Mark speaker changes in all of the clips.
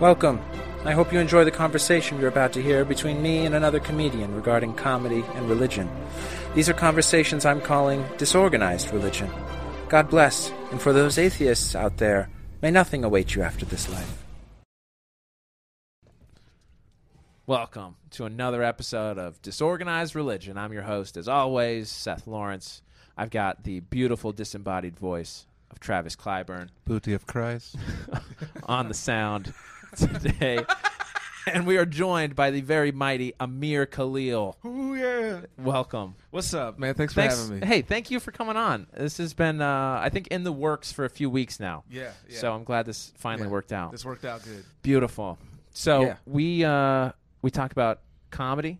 Speaker 1: Welcome. I hope you enjoy the conversation you're about to hear between me and another comedian regarding comedy and religion. These are conversations I'm calling disorganized religion. God bless, and for those atheists out there, may nothing await you after this life.
Speaker 2: Welcome to another episode of Disorganized Religion. I'm your host, as always, Seth Lawrence. I've got the beautiful disembodied voice of Travis Clyburn
Speaker 3: Booty of Christ.
Speaker 2: on the sound today. and we are joined by the very mighty Amir Khalil.
Speaker 3: Ooh, yeah.
Speaker 2: Welcome.
Speaker 3: What's up, man? Thanks for having me.
Speaker 2: Hey, thank you for coming on. This has been, uh, I think, in the works for a few weeks now.
Speaker 3: Yeah, yeah.
Speaker 2: So I'm glad this finally
Speaker 3: Yeah.
Speaker 2: worked out.
Speaker 3: This worked out good.
Speaker 2: Beautiful. So
Speaker 3: Yeah.
Speaker 2: we uh, we talked about comedy,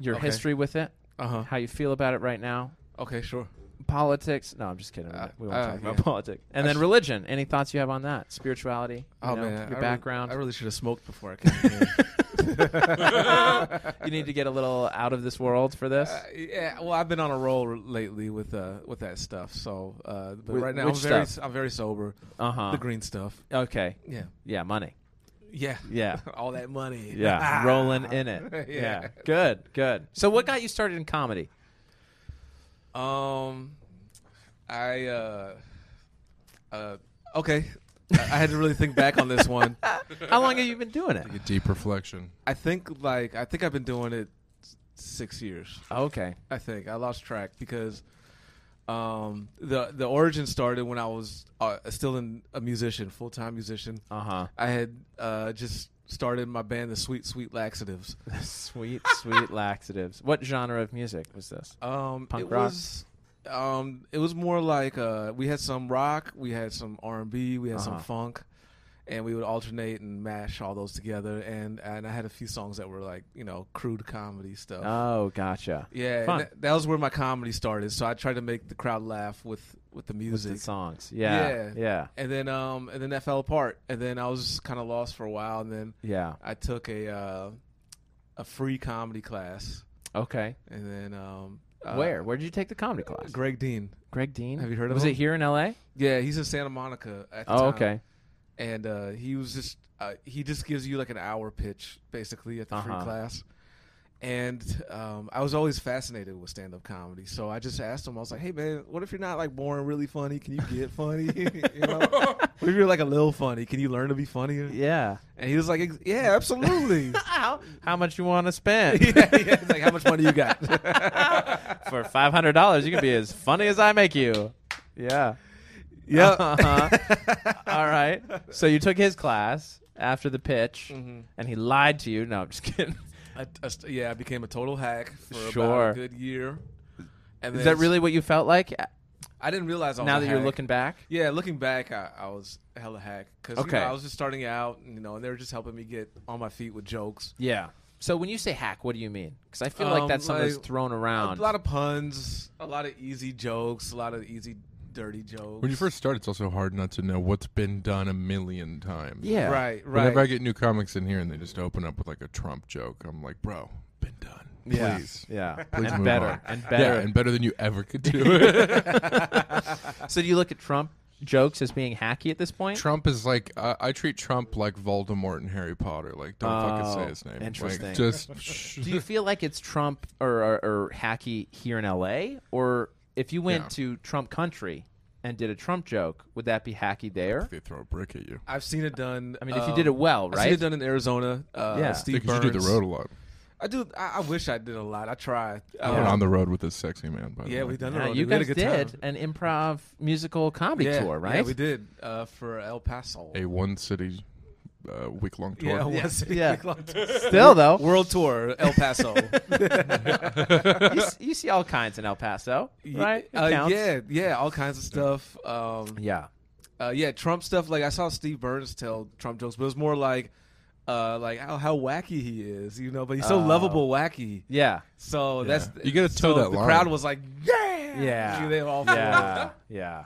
Speaker 2: your
Speaker 3: Okay.
Speaker 2: history with it,
Speaker 3: Uh huh.
Speaker 2: how you feel about it right now,
Speaker 3: Okay, sure.
Speaker 2: politics. No, I'm just kidding.
Speaker 3: Uh,
Speaker 2: we won't
Speaker 3: uh,
Speaker 2: talk about
Speaker 3: yeah.
Speaker 2: politics. And
Speaker 3: I
Speaker 2: then
Speaker 3: s-
Speaker 2: religion. Any thoughts you have on that? Spirituality. you
Speaker 3: Oh
Speaker 2: know,
Speaker 3: man, I
Speaker 2: your
Speaker 3: really-
Speaker 2: background.
Speaker 3: I really should have smoked before I came here.
Speaker 2: you need to get a little out of this world for this.
Speaker 3: Uh, yeah, well, I've been on a roll lately with uh with that stuff. So, uh, but
Speaker 2: With-
Speaker 3: right now I'm
Speaker 2: which
Speaker 3: very
Speaker 2: stuff?
Speaker 3: I'm very sober.
Speaker 2: Uh huh.
Speaker 3: the green stuff.
Speaker 2: Okay.
Speaker 3: Uh-huh. Yeah,
Speaker 2: Yeah. Money.
Speaker 3: yeah,
Speaker 2: Yeah.
Speaker 3: all that money.
Speaker 2: Yeah. Rolling in it.
Speaker 3: Ah, Yeah.
Speaker 2: yeah. Good. Good. So what got you started in comedy?
Speaker 3: Um, I uh, uh, okay. I, I had to really think back on this one.
Speaker 2: How long have you been doing it?
Speaker 4: Take a deep reflection.
Speaker 3: I think like I think I've been doing it s- six years.
Speaker 2: Okay.
Speaker 3: I think I lost track because um, the the origin started when I was uh, still in a musician, full time musician.
Speaker 2: Uh huh.
Speaker 3: I had uh, just started my band, the Sweet Sweet Laxatives.
Speaker 2: Sweet, sweet laxatives. What genre of music was this?
Speaker 3: Um,
Speaker 2: Punk
Speaker 3: it
Speaker 2: rock?
Speaker 3: was um, it was more like uh, we had some rock, we had some R and B, we had some
Speaker 2: Uh-huh.
Speaker 3: funk, and we would alternate and mash all those together. And and I had a few songs that were like you know crude comedy stuff.
Speaker 2: Oh, gotcha.
Speaker 3: yeah,
Speaker 2: fun.
Speaker 3: and that, that was where my comedy started. So I tried to make the crowd laugh with with the music.
Speaker 2: The songs. Yeah.
Speaker 3: Yeah.
Speaker 2: Yeah.
Speaker 3: and then um and then that fell apart and then i was kind of lost for a while and then
Speaker 2: Yeah.
Speaker 3: i took a uh a free comedy class
Speaker 2: Okay.
Speaker 3: and then um uh,
Speaker 2: Where? Where did you take the comedy class?
Speaker 3: greg dean
Speaker 2: Greg Dean.
Speaker 3: Have you heard of
Speaker 2: Was
Speaker 3: him?
Speaker 2: it here in L.A.?
Speaker 3: yeah he's in santa monica at the
Speaker 2: Oh,
Speaker 3: time.
Speaker 2: okay.
Speaker 3: and uh he was just uh, he just gives you like an hour pitch basically at the
Speaker 2: Uh-huh.
Speaker 3: free class and um, I was always fascinated with stand-up comedy, so I just asked him. I was like, "Hey, man, what if you're not like born really funny? Can you get funny? you know, what if you're like a little funny? Can you learn to be funnier?"
Speaker 2: Yeah.
Speaker 3: And he was like, "Ex- "Yeah, absolutely."
Speaker 2: How, how much you want to spend?
Speaker 3: yeah, yeah. It's like, how much money you got?
Speaker 2: For five hundred dollars, you can be as funny as I make you. Yeah.
Speaker 3: yeah.
Speaker 2: Uh-huh. All right. So you took his class after the pitch, and he lied to you. No, I'm just kidding.
Speaker 3: I, I st- yeah, I became a total hack for about
Speaker 2: Sure.
Speaker 3: a good year. And then
Speaker 2: Is that really what you felt like uh,
Speaker 3: I didn't realize I was
Speaker 2: now
Speaker 3: a
Speaker 2: that you're
Speaker 3: hack.
Speaker 2: looking back?
Speaker 3: Yeah, looking back, I, I was hella hack because
Speaker 2: Okay.
Speaker 3: I was just starting out, you know, and they were just helping me get on my feet with jokes.
Speaker 2: Yeah. So when you say hack, what do you mean? Because I feel like
Speaker 3: Um,
Speaker 2: that's something
Speaker 3: like,
Speaker 2: that's thrown
Speaker 3: A
Speaker 2: around.
Speaker 3: lot of puns, a lot of easy jokes, a lot of easy dirty jokes.
Speaker 4: When you first start, it's also hard not to know what's been done a million times.
Speaker 2: yeah.
Speaker 3: right, right,
Speaker 4: Whenever I get new comics in here and they just open up with like a Trump joke, I'm like, bro, been done.
Speaker 2: Yeah.
Speaker 4: Please.
Speaker 2: Yeah.
Speaker 4: Please
Speaker 2: and
Speaker 4: move
Speaker 2: better.
Speaker 4: on.
Speaker 2: And
Speaker 4: Yeah,
Speaker 2: better.
Speaker 4: and better than you ever could do it.
Speaker 2: so do you look at Trump jokes as being hacky at this point?
Speaker 4: Trump is like, uh, I treat Trump like Voldemort in Harry Potter. Like, don't
Speaker 2: Oh,
Speaker 4: fucking say his name. Like,
Speaker 2: interesting.
Speaker 4: just, shh.
Speaker 2: Do you feel like it's Trump or, or, or hacky here in LA? Or if you went
Speaker 4: Yeah.
Speaker 2: to Trump country and did a Trump joke, would that be hacky there?
Speaker 4: they throw a brick at you.
Speaker 3: I've seen it done. um,
Speaker 2: I mean, if you did it well,
Speaker 3: I've seen it
Speaker 2: right?
Speaker 3: done in Arizona. Uh,
Speaker 2: Yeah.
Speaker 3: Steve
Speaker 4: Because
Speaker 3: Burns.
Speaker 4: you do the road a lot.
Speaker 3: I do. I, I wish I did a lot. I Um, try.
Speaker 4: I went on the road with this sexy man, by the
Speaker 3: Yeah,
Speaker 4: way.
Speaker 3: we done the
Speaker 2: Yeah,
Speaker 3: road.
Speaker 2: you
Speaker 3: we had a
Speaker 2: guys
Speaker 3: good
Speaker 2: did
Speaker 3: time.
Speaker 2: an improv musical comedy
Speaker 3: yeah,
Speaker 2: tour, right?
Speaker 3: Yeah, we did uh, for El Paso.
Speaker 4: A one city uh, week long tour.
Speaker 3: Yeah, one
Speaker 2: Yeah.
Speaker 3: city
Speaker 2: Yeah.
Speaker 3: week long tour.
Speaker 2: Still though,
Speaker 3: world tour El Paso.
Speaker 2: you, s- you see all kinds in El Paso, right? It
Speaker 3: Uh,
Speaker 2: counts.
Speaker 3: yeah, yeah, all kinds of stuff. Um,
Speaker 2: yeah.
Speaker 3: uh, yeah, Trump stuff. Like I saw Steve Burns tell Trump jokes, but it was more like, uh, like how, how wacky he is, you know. But he's so
Speaker 2: Oh.
Speaker 3: lovable, wacky.
Speaker 2: Yeah.
Speaker 3: So that's
Speaker 4: You gotta
Speaker 3: so
Speaker 4: toe that
Speaker 3: The
Speaker 4: line.
Speaker 3: crowd was like, yeah,
Speaker 2: Yeah.
Speaker 3: You know, they were all
Speaker 2: Yeah. yeah.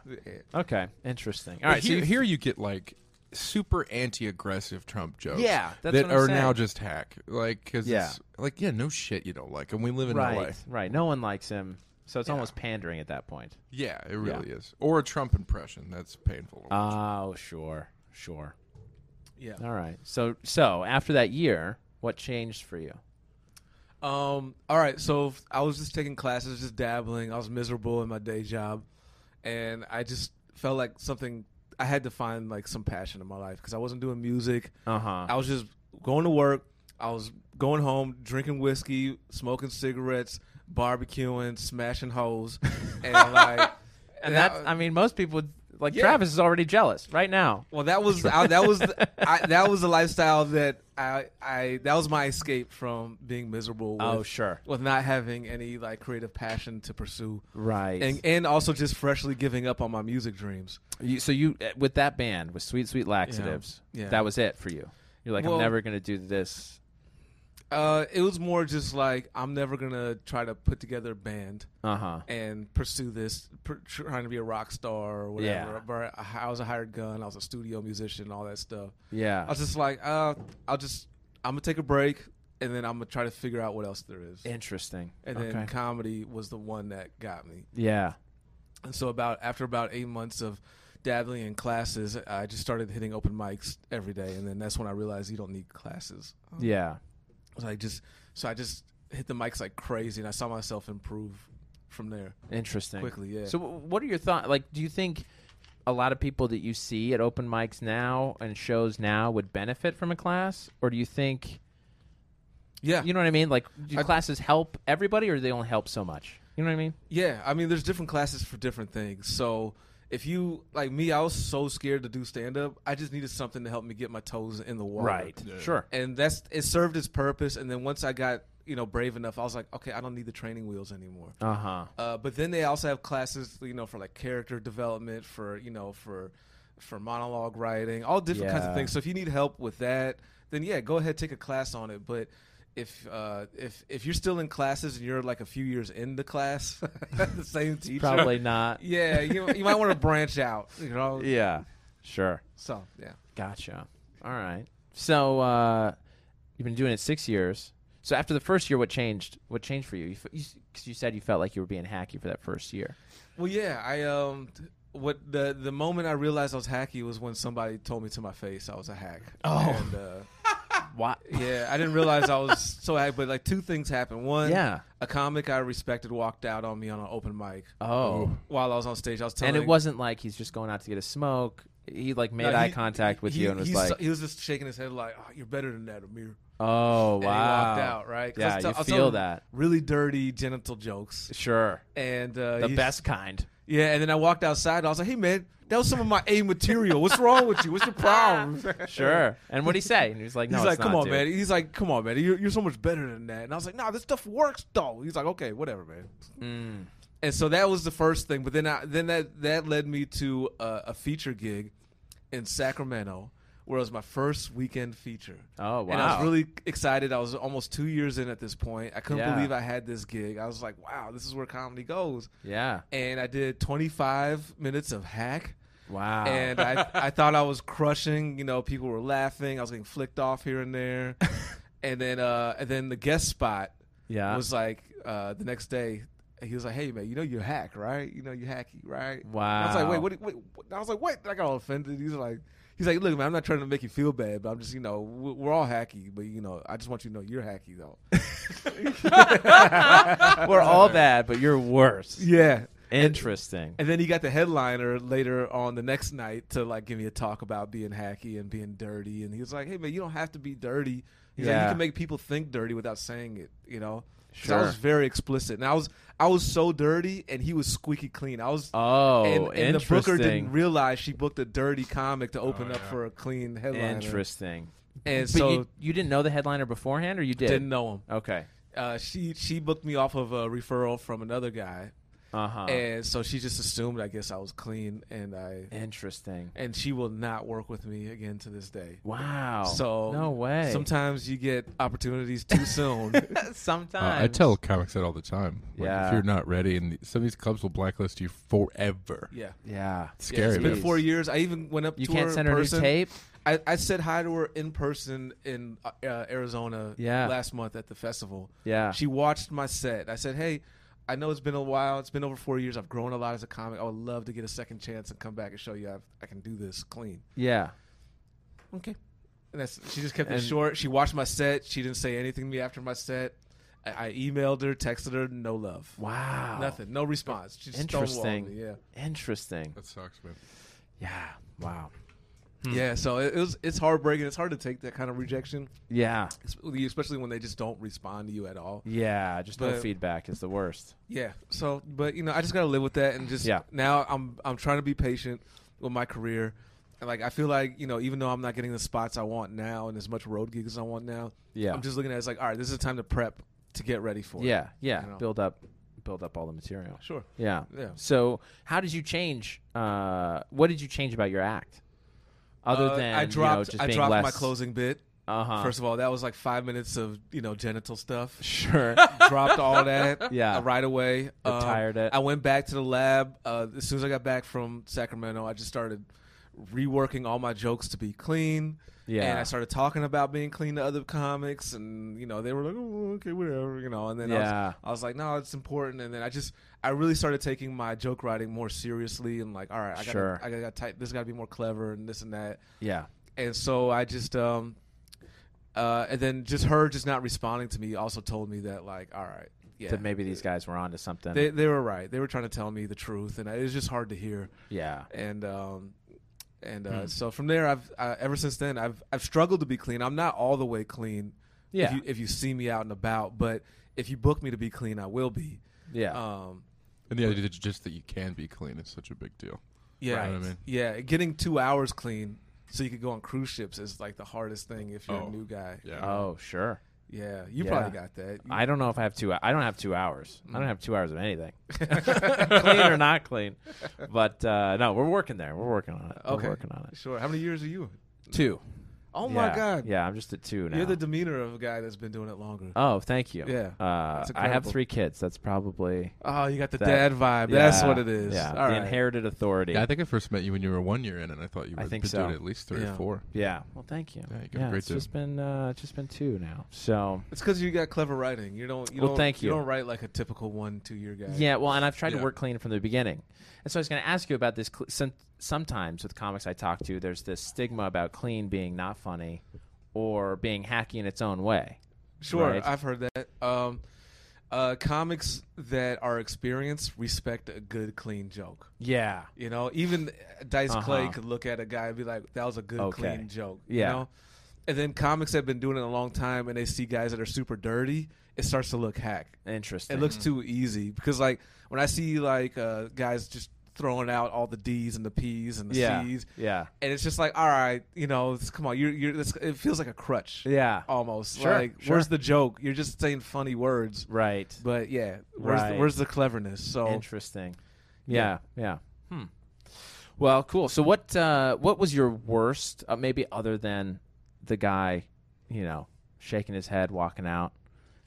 Speaker 2: Okay. Interesting. All
Speaker 4: All
Speaker 2: right.
Speaker 4: right, here,
Speaker 2: so you-
Speaker 4: here you get like super anti-aggressive Trump jokes.
Speaker 2: Yeah, that's
Speaker 4: that
Speaker 2: what I'm
Speaker 4: are now
Speaker 2: saying.
Speaker 4: just hack. Like, cause
Speaker 2: Yeah.
Speaker 4: it's, like yeah, no shit, you don't like, and we live in LA.
Speaker 2: right. Right. No one likes him, so it's almost pandering at that point.
Speaker 4: Yeah, Uh, it really is. Or a Trump impression. That's painful.
Speaker 2: Oh, sure. Sure.
Speaker 3: Yeah.
Speaker 2: All right. So so after that year, what changed for you?
Speaker 3: Um. All right. So f- I was just taking classes, just dabbling. I was miserable in my day job, and I just felt like something. I had to find like some passion in my life because I wasn't doing music.
Speaker 2: Uh huh.
Speaker 3: I was just going to work. I was going home, drinking whiskey, smoking cigarettes, barbecuing, smashing hoes, and like.
Speaker 2: And that's I mean most people would- like
Speaker 3: Yeah.
Speaker 2: Travis is already jealous right now.
Speaker 3: Well, that was I, that was the, I, that was the lifestyle that I I that was my escape from being miserable. With,
Speaker 2: Oh, sure.
Speaker 3: with not having any like creative passion to pursue,
Speaker 2: Right.
Speaker 3: and and also just freshly giving up on my music dreams.
Speaker 2: You, so you eh, with that band with Sweet Sweet Laxatives,
Speaker 3: Yeah.
Speaker 2: that was it for you. You're like
Speaker 3: Well-
Speaker 2: I'm never gonna do this.
Speaker 3: Uh, it was more just like I'm never gonna try to put together a band
Speaker 2: Uh huh.
Speaker 3: and pursue this, pr- trying to be a rock star or whatever.
Speaker 2: Yeah.
Speaker 3: But I I was a hired gun. I was a studio musician, all that stuff.
Speaker 2: Yeah.
Speaker 3: I was just like, uh, I'll just I'm gonna take a break. And then I'm gonna try to figure out what else there is.
Speaker 2: Interesting.
Speaker 3: and
Speaker 2: okay.
Speaker 3: then comedy was the one that got me.
Speaker 2: yeah.
Speaker 3: And so about after about eight months of dabbling in classes, I just started hitting open mics every day, and then that's when I realized you don't need classes.
Speaker 2: Yeah.
Speaker 3: So I just so I just hit the mics like crazy, and I saw myself improve from there.
Speaker 2: Interesting.
Speaker 3: Quickly, yeah.
Speaker 2: So, wh- what are your thoughts? Like, do you think a lot of people that you see at open mics now and shows now would benefit from a class, or do you think
Speaker 3: Yeah,
Speaker 2: you know what I mean? Like, do
Speaker 3: I-
Speaker 2: classes help everybody, or do they only help so much? You know what I mean?
Speaker 3: yeah. I mean, there's different classes for different things. So if you like me, I was so scared to do stand up. I just needed something to help me get my toes in the water.
Speaker 2: Sure.
Speaker 3: and that's it served its purpose and then once i got you know brave enough i was like okay i don't need the training wheels anymore
Speaker 2: Uh huh.
Speaker 3: uh, but then they also have classes you know for like character development for you know for for monologue writing all different kinds
Speaker 2: Yeah.
Speaker 3: of things so if you need help with that then yeah go ahead take a class on it but if uh, if if you're still in classes and you're like a few years in the class, the same teacher,
Speaker 2: Probably not.
Speaker 3: yeah, you, you might want to branch out, you know.
Speaker 2: Yeah. Sure.
Speaker 3: So yeah,
Speaker 2: Gotcha. All right. So, uh, you've been doing it six years. So after the first year, what changed? What changed for you? Because you, s- 'cause you said you felt like you were being hacky for that first year.
Speaker 3: Well, yeah, I um, t- what the the moment I realized I was hacky was when somebody told me to my face I was a hack. Oh, and, uh,
Speaker 2: Why?
Speaker 3: yeah, I didn't realize I was so hack. But like two things happened. One,
Speaker 2: Yeah.
Speaker 3: a comic I respected walked out on me on an open mic
Speaker 2: Oh.
Speaker 3: while I was on stage. I was telling,
Speaker 2: and it wasn't like he's just going out to get a smoke. He like made
Speaker 3: No,
Speaker 2: eye
Speaker 3: he-
Speaker 2: contact with
Speaker 3: he-
Speaker 2: you and was
Speaker 3: he
Speaker 2: like,
Speaker 3: so- he was just shaking his head like, oh, "You're better than that, Amir."
Speaker 2: "Oh wow!"
Speaker 3: And he walked out, right? 'Cause I
Speaker 2: Yeah,
Speaker 3: was tell- I
Speaker 2: you
Speaker 3: was
Speaker 2: feel
Speaker 3: telling
Speaker 2: that.
Speaker 3: really dirty genital jokes,
Speaker 2: Sure,
Speaker 3: and uh,
Speaker 2: the
Speaker 3: he-
Speaker 2: best kind.
Speaker 3: Yeah, and then I walked outside. and I was like, "Hey, man, that was some of my A material. What's wrong with you? What's your problem?"
Speaker 2: Sure. And what would he say? And he was like, "No,
Speaker 3: He's
Speaker 2: it's
Speaker 3: like,
Speaker 2: not,
Speaker 3: come on,
Speaker 2: dude."
Speaker 3: man. He's like, come on, man. You're, you're so much better than that. And I was like, nah, this stuff works though. He's like, okay, whatever, man.
Speaker 2: Mm.
Speaker 3: And so that was the first thing. But then, I, then that that led me to a, a feature gig in Sacramento, where it was my first weekend feature.
Speaker 2: Oh,
Speaker 3: And I
Speaker 2: wow.
Speaker 3: was really excited. I was almost two years in at this point. I couldn't
Speaker 2: Yeah.
Speaker 3: believe I had this gig. I was like, wow, this is where comedy goes.
Speaker 2: Yeah.
Speaker 3: And I did 25 minutes of hack
Speaker 2: Wow.
Speaker 3: and I, I thought I was crushing. You know, people were laughing. I was getting flicked off here and there, and then uh, and then the guest spot
Speaker 2: yeah.
Speaker 3: was like uh, the next day. He was like, "Hey man, you know you hack, right? You know you hacky, right?" And I was like,
Speaker 2: Wow.
Speaker 3: "Wait, what, what, what?" I was like, "Wait!" I got all offended. He's like, "He's like, look man, I'm not trying to make you feel bad, but I'm just, you know, we- we're all hacky, but you know, I just want you to know you're hacky though."
Speaker 2: We're all bad, but you're worse.
Speaker 3: yeah.
Speaker 2: Interesting.
Speaker 3: And then he got the headliner later on the next night to like give me a talk about being hacky and being dirty. And he was like, "Hey man, you don't have to be dirty. He's like,
Speaker 2: Yeah.
Speaker 3: you can make people think dirty without saying it. You know." 'Cause I was
Speaker 2: Sure.
Speaker 3: very explicit, and I was I was so dirty, and he was squeaky clean. I was.
Speaker 2: Oh,
Speaker 3: and, and the
Speaker 2: interesting. Oh,
Speaker 3: booker didn't realize she booked a dirty comic to open up
Speaker 4: yeah.
Speaker 3: for a clean headliner.
Speaker 2: interesting.
Speaker 3: And
Speaker 2: but
Speaker 3: so
Speaker 2: you, you didn't know the headliner beforehand, or you did?
Speaker 3: didn't know him.
Speaker 2: Okay.
Speaker 3: Uh, she she booked me off of a referral from another guy,
Speaker 2: Uh huh.
Speaker 3: and so she just assumed I guess I was clean, and I
Speaker 2: Interesting.
Speaker 3: and she will not work with me again to this day.
Speaker 2: Wow.
Speaker 3: So
Speaker 2: no way.
Speaker 3: Sometimes you get opportunities too soon.
Speaker 4: Uh,
Speaker 2: Sometimes
Speaker 4: I tell comics that all the time. Like,
Speaker 2: Yeah.
Speaker 4: If you're not ready, and the- some of these clubs will blacklist you forever.
Speaker 3: yeah.
Speaker 2: Yeah.
Speaker 4: It's
Speaker 3: Yeah,
Speaker 4: scary.
Speaker 3: it's been
Speaker 4: man.
Speaker 3: four years. I even went up
Speaker 2: You
Speaker 3: to
Speaker 2: can't
Speaker 3: her
Speaker 2: send
Speaker 3: in
Speaker 2: her a new
Speaker 3: person.
Speaker 2: tape.
Speaker 3: I, I said hi to her in person in uh, uh, Arizona
Speaker 2: Yeah. Ah.
Speaker 3: last month at the festival.
Speaker 2: Yeah.
Speaker 3: She watched my set. I said, "Hey, I know it's been a while. It's been over four years. I've grown a lot as a comic. I would love to get a second chance and come back and show you I've, I can do this clean."
Speaker 2: Yeah.
Speaker 3: Okay. And that's she just kept
Speaker 2: And-
Speaker 3: it short. She watched my set. She didn't say anything to me after my set. I, I emailed her, texted her, no love,
Speaker 2: Wow.
Speaker 3: nothing, no response. She just
Speaker 2: Interesting.
Speaker 3: stonewalled me, Yeah,
Speaker 2: Interesting.
Speaker 4: That sucks, man.
Speaker 2: Yeah. Wow. Hmm.
Speaker 3: yeah. So it, it was it's heartbreaking. It's hard to take that kind of rejection,
Speaker 2: Yeah.
Speaker 3: especially when they just don't respond to you at all.
Speaker 2: Yeah. Just no
Speaker 3: But-
Speaker 2: feedback is the worst.
Speaker 3: Yeah. So, but you know, I just gotta live with that, and just
Speaker 2: Yeah.
Speaker 3: now I'm I'm trying to be patient with my career, and like I feel like you know, even though I'm not getting the spots I want now and as much road gigs as I want now,
Speaker 2: Yeah.
Speaker 3: I'm just looking at it as like, all right, this is time to prep to get ready for. it.
Speaker 2: Yeah. Yeah.
Speaker 3: You know.
Speaker 2: Build up. Build up all the material.
Speaker 3: Sure.
Speaker 2: Yeah.
Speaker 3: Yeah.
Speaker 2: So, how did you change? Uh, what did you change about your act? Other
Speaker 3: Uh,
Speaker 2: than
Speaker 3: I dropped,
Speaker 2: you know, just
Speaker 3: I
Speaker 2: being
Speaker 3: dropped
Speaker 2: less,
Speaker 3: my closing bit.
Speaker 2: Uh-huh.
Speaker 3: First of all, that was like five minutes of you know genital stuff.
Speaker 2: Sure.
Speaker 3: dropped all that
Speaker 2: Yeah.
Speaker 3: uh, right away. Um,
Speaker 2: Retired it.
Speaker 3: I went back to the lab. Uh, as soon as I got back from Sacramento, I just started reworking all my jokes to be clean.
Speaker 2: Yeah.
Speaker 3: And I started talking about being clean to other comics, and you know they were like, oh, okay, whatever, you know. And then I,
Speaker 2: Yeah.
Speaker 3: was, I was like, no, it's important. And then I just I really started taking my joke writing more seriously, and like, all right, I gotta,
Speaker 2: Sure.
Speaker 3: I gotta type this, gotta be more clever, and this and that
Speaker 2: yeah.
Speaker 3: and so I just um uh and then just her just not responding to me also told me that like all right yeah
Speaker 2: That maybe these guys were onto something.
Speaker 3: they they were right they were trying to tell me the truth and it was just hard to hear
Speaker 2: yeah.
Speaker 3: and um and uh, so from there I've uh, ever since then I've I've struggled to be clean I'm not all the way clean
Speaker 2: Yeah.
Speaker 3: if you, if you see me out and about but if you book me to be clean I will be
Speaker 2: Yeah.
Speaker 3: um
Speaker 4: And the idea is just that you can be clean is such a big deal.
Speaker 3: yeah
Speaker 4: Right. Know what I mean?
Speaker 3: yeah getting two hours clean so you could go on cruise ships is like the hardest thing if you're
Speaker 4: Oh.
Speaker 3: a new guy
Speaker 4: Yeah.
Speaker 2: oh, sure.
Speaker 3: yeah you
Speaker 2: Yeah.
Speaker 3: probably got that You- Mm.
Speaker 2: I don't know if I have two. I don't have two hours. I don't have two hours of anything, clean or not clean. But uh, no, we're working there. We're working on it.
Speaker 3: Okay.
Speaker 2: We're working on it.
Speaker 3: Sure. How many years are you? in?
Speaker 2: Two.
Speaker 3: Oh my
Speaker 2: Yeah.
Speaker 3: God.
Speaker 2: Yeah, I'm just at two now.
Speaker 3: You're the demeanor of a guy that's been doing it longer.
Speaker 2: oh, thank you.
Speaker 3: Yeah.
Speaker 2: Uh,
Speaker 3: That's
Speaker 2: I have
Speaker 3: incredible.
Speaker 2: three kids. That's probably
Speaker 3: oh, you got the
Speaker 2: that-
Speaker 3: dad vibe. That's
Speaker 2: Yeah,
Speaker 3: what it is.
Speaker 2: Yeah.
Speaker 3: All
Speaker 2: the
Speaker 3: right.
Speaker 2: inherited authority.
Speaker 4: Yeah, I think I first met you when you were one year in, and I thought you
Speaker 2: I
Speaker 4: were
Speaker 2: think
Speaker 4: been
Speaker 2: so.
Speaker 4: doing it at least three
Speaker 3: Yeah.
Speaker 4: or four.
Speaker 2: yeah. Well, thank you.
Speaker 4: Yeah, you got a great
Speaker 2: it's
Speaker 4: job.
Speaker 2: just been uh, it's just been two now. So
Speaker 3: it's because you got clever writing. You don't. You
Speaker 2: Well,
Speaker 3: don't,
Speaker 2: thank you.
Speaker 3: don't write like a typical one, two year guy.
Speaker 2: Yeah, well, and I've tried to
Speaker 4: Yeah.
Speaker 2: work clean from the beginning. And so I was going to ask you about this. Cl- some, sometimes with comics I talk to, there's this stigma about clean being not funny or being hacky in its own way.
Speaker 3: Sure.
Speaker 2: Right.
Speaker 3: I've heard that. Um, uh, comics that are experienced respect a good, clean joke.
Speaker 2: Yeah.
Speaker 3: You know, even Dice Clay
Speaker 2: Uh-huh.
Speaker 3: could look at a guy and be like, "That was a good,
Speaker 2: Okay.
Speaker 3: clean joke."
Speaker 2: Yeah.
Speaker 3: You know? And then comics have been doing it a long time, and they see guys that are super dirty. It starts to look hack.
Speaker 2: Interesting.
Speaker 3: It looks too easy because like when I see like uh, guys just throwing out all the D's and the P's and the
Speaker 2: yeah.
Speaker 3: C's,
Speaker 2: Yeah.
Speaker 3: and it's just like, all right, you know, it's- come on, you're you're. This, it feels like a crutch
Speaker 2: Yeah.
Speaker 3: almost.
Speaker 2: Sure,
Speaker 3: like
Speaker 2: sure.
Speaker 3: where's the joke? You're just saying funny words,
Speaker 2: Right.
Speaker 3: but yeah, where's
Speaker 2: Right.
Speaker 3: the, where's the cleverness? So
Speaker 2: Interesting. Yeah.
Speaker 3: Yeah.
Speaker 2: Yeah. Hmm. Well, cool. So what uh, what was your worst? Uh, maybe other than the guy, you know, shaking his head, walking out.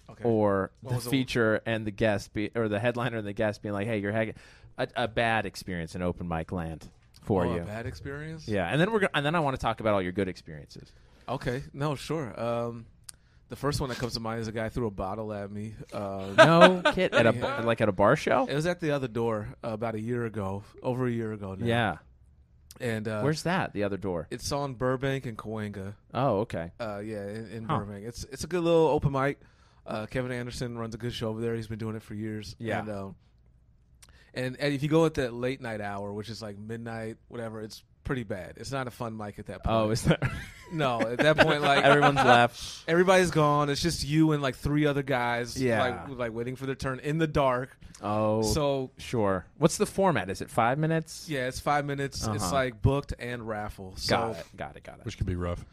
Speaker 3: okay.
Speaker 2: or the
Speaker 3: was the-
Speaker 2: feature and the guest be or the headliner and the guest being like, "Hey, you're having a, a bad experience in open mic land for
Speaker 3: Oh, a
Speaker 2: you."
Speaker 3: bad experience.
Speaker 2: Yeah, and then we're gonna, and then I want to talk about all your good experiences.
Speaker 3: Okay. No, sure. Um, the first one that comes to mind is a guy threw a bottle at me. Um,
Speaker 2: No kid at a ba- like at a bar show.
Speaker 3: It was at the other door uh, about a year ago, over a year ago now.
Speaker 2: Yeah,
Speaker 3: And uh,
Speaker 2: where's that? The other door.
Speaker 3: It's on Burbank and Cahuenga.
Speaker 2: Oh, okay.
Speaker 3: Uh, yeah, in, in
Speaker 2: Huh.
Speaker 3: Burbank. It's it's a good little open mic. Uh, Kevin Anderson runs a good show over there. He's been doing it for years.
Speaker 2: Yeah.
Speaker 3: And, um, and and if you go at that late night hour, which is like midnight, whatever, it's pretty bad. It's not a fun mic at that point.
Speaker 2: Oh, is that
Speaker 3: no. At that point, like
Speaker 2: everyone's left?
Speaker 3: everybody's gone. It's just you and like three other guys.
Speaker 2: Yeah.
Speaker 3: Like like waiting for their turn in the dark.
Speaker 2: Oh,
Speaker 3: So
Speaker 2: sure. What's the format? Is it five minutes?
Speaker 3: yeah, it's five minutes.
Speaker 2: Uh-huh.
Speaker 3: It's like booked and raffle. So
Speaker 2: Got it. Got it. Got it.
Speaker 4: Which could be rough.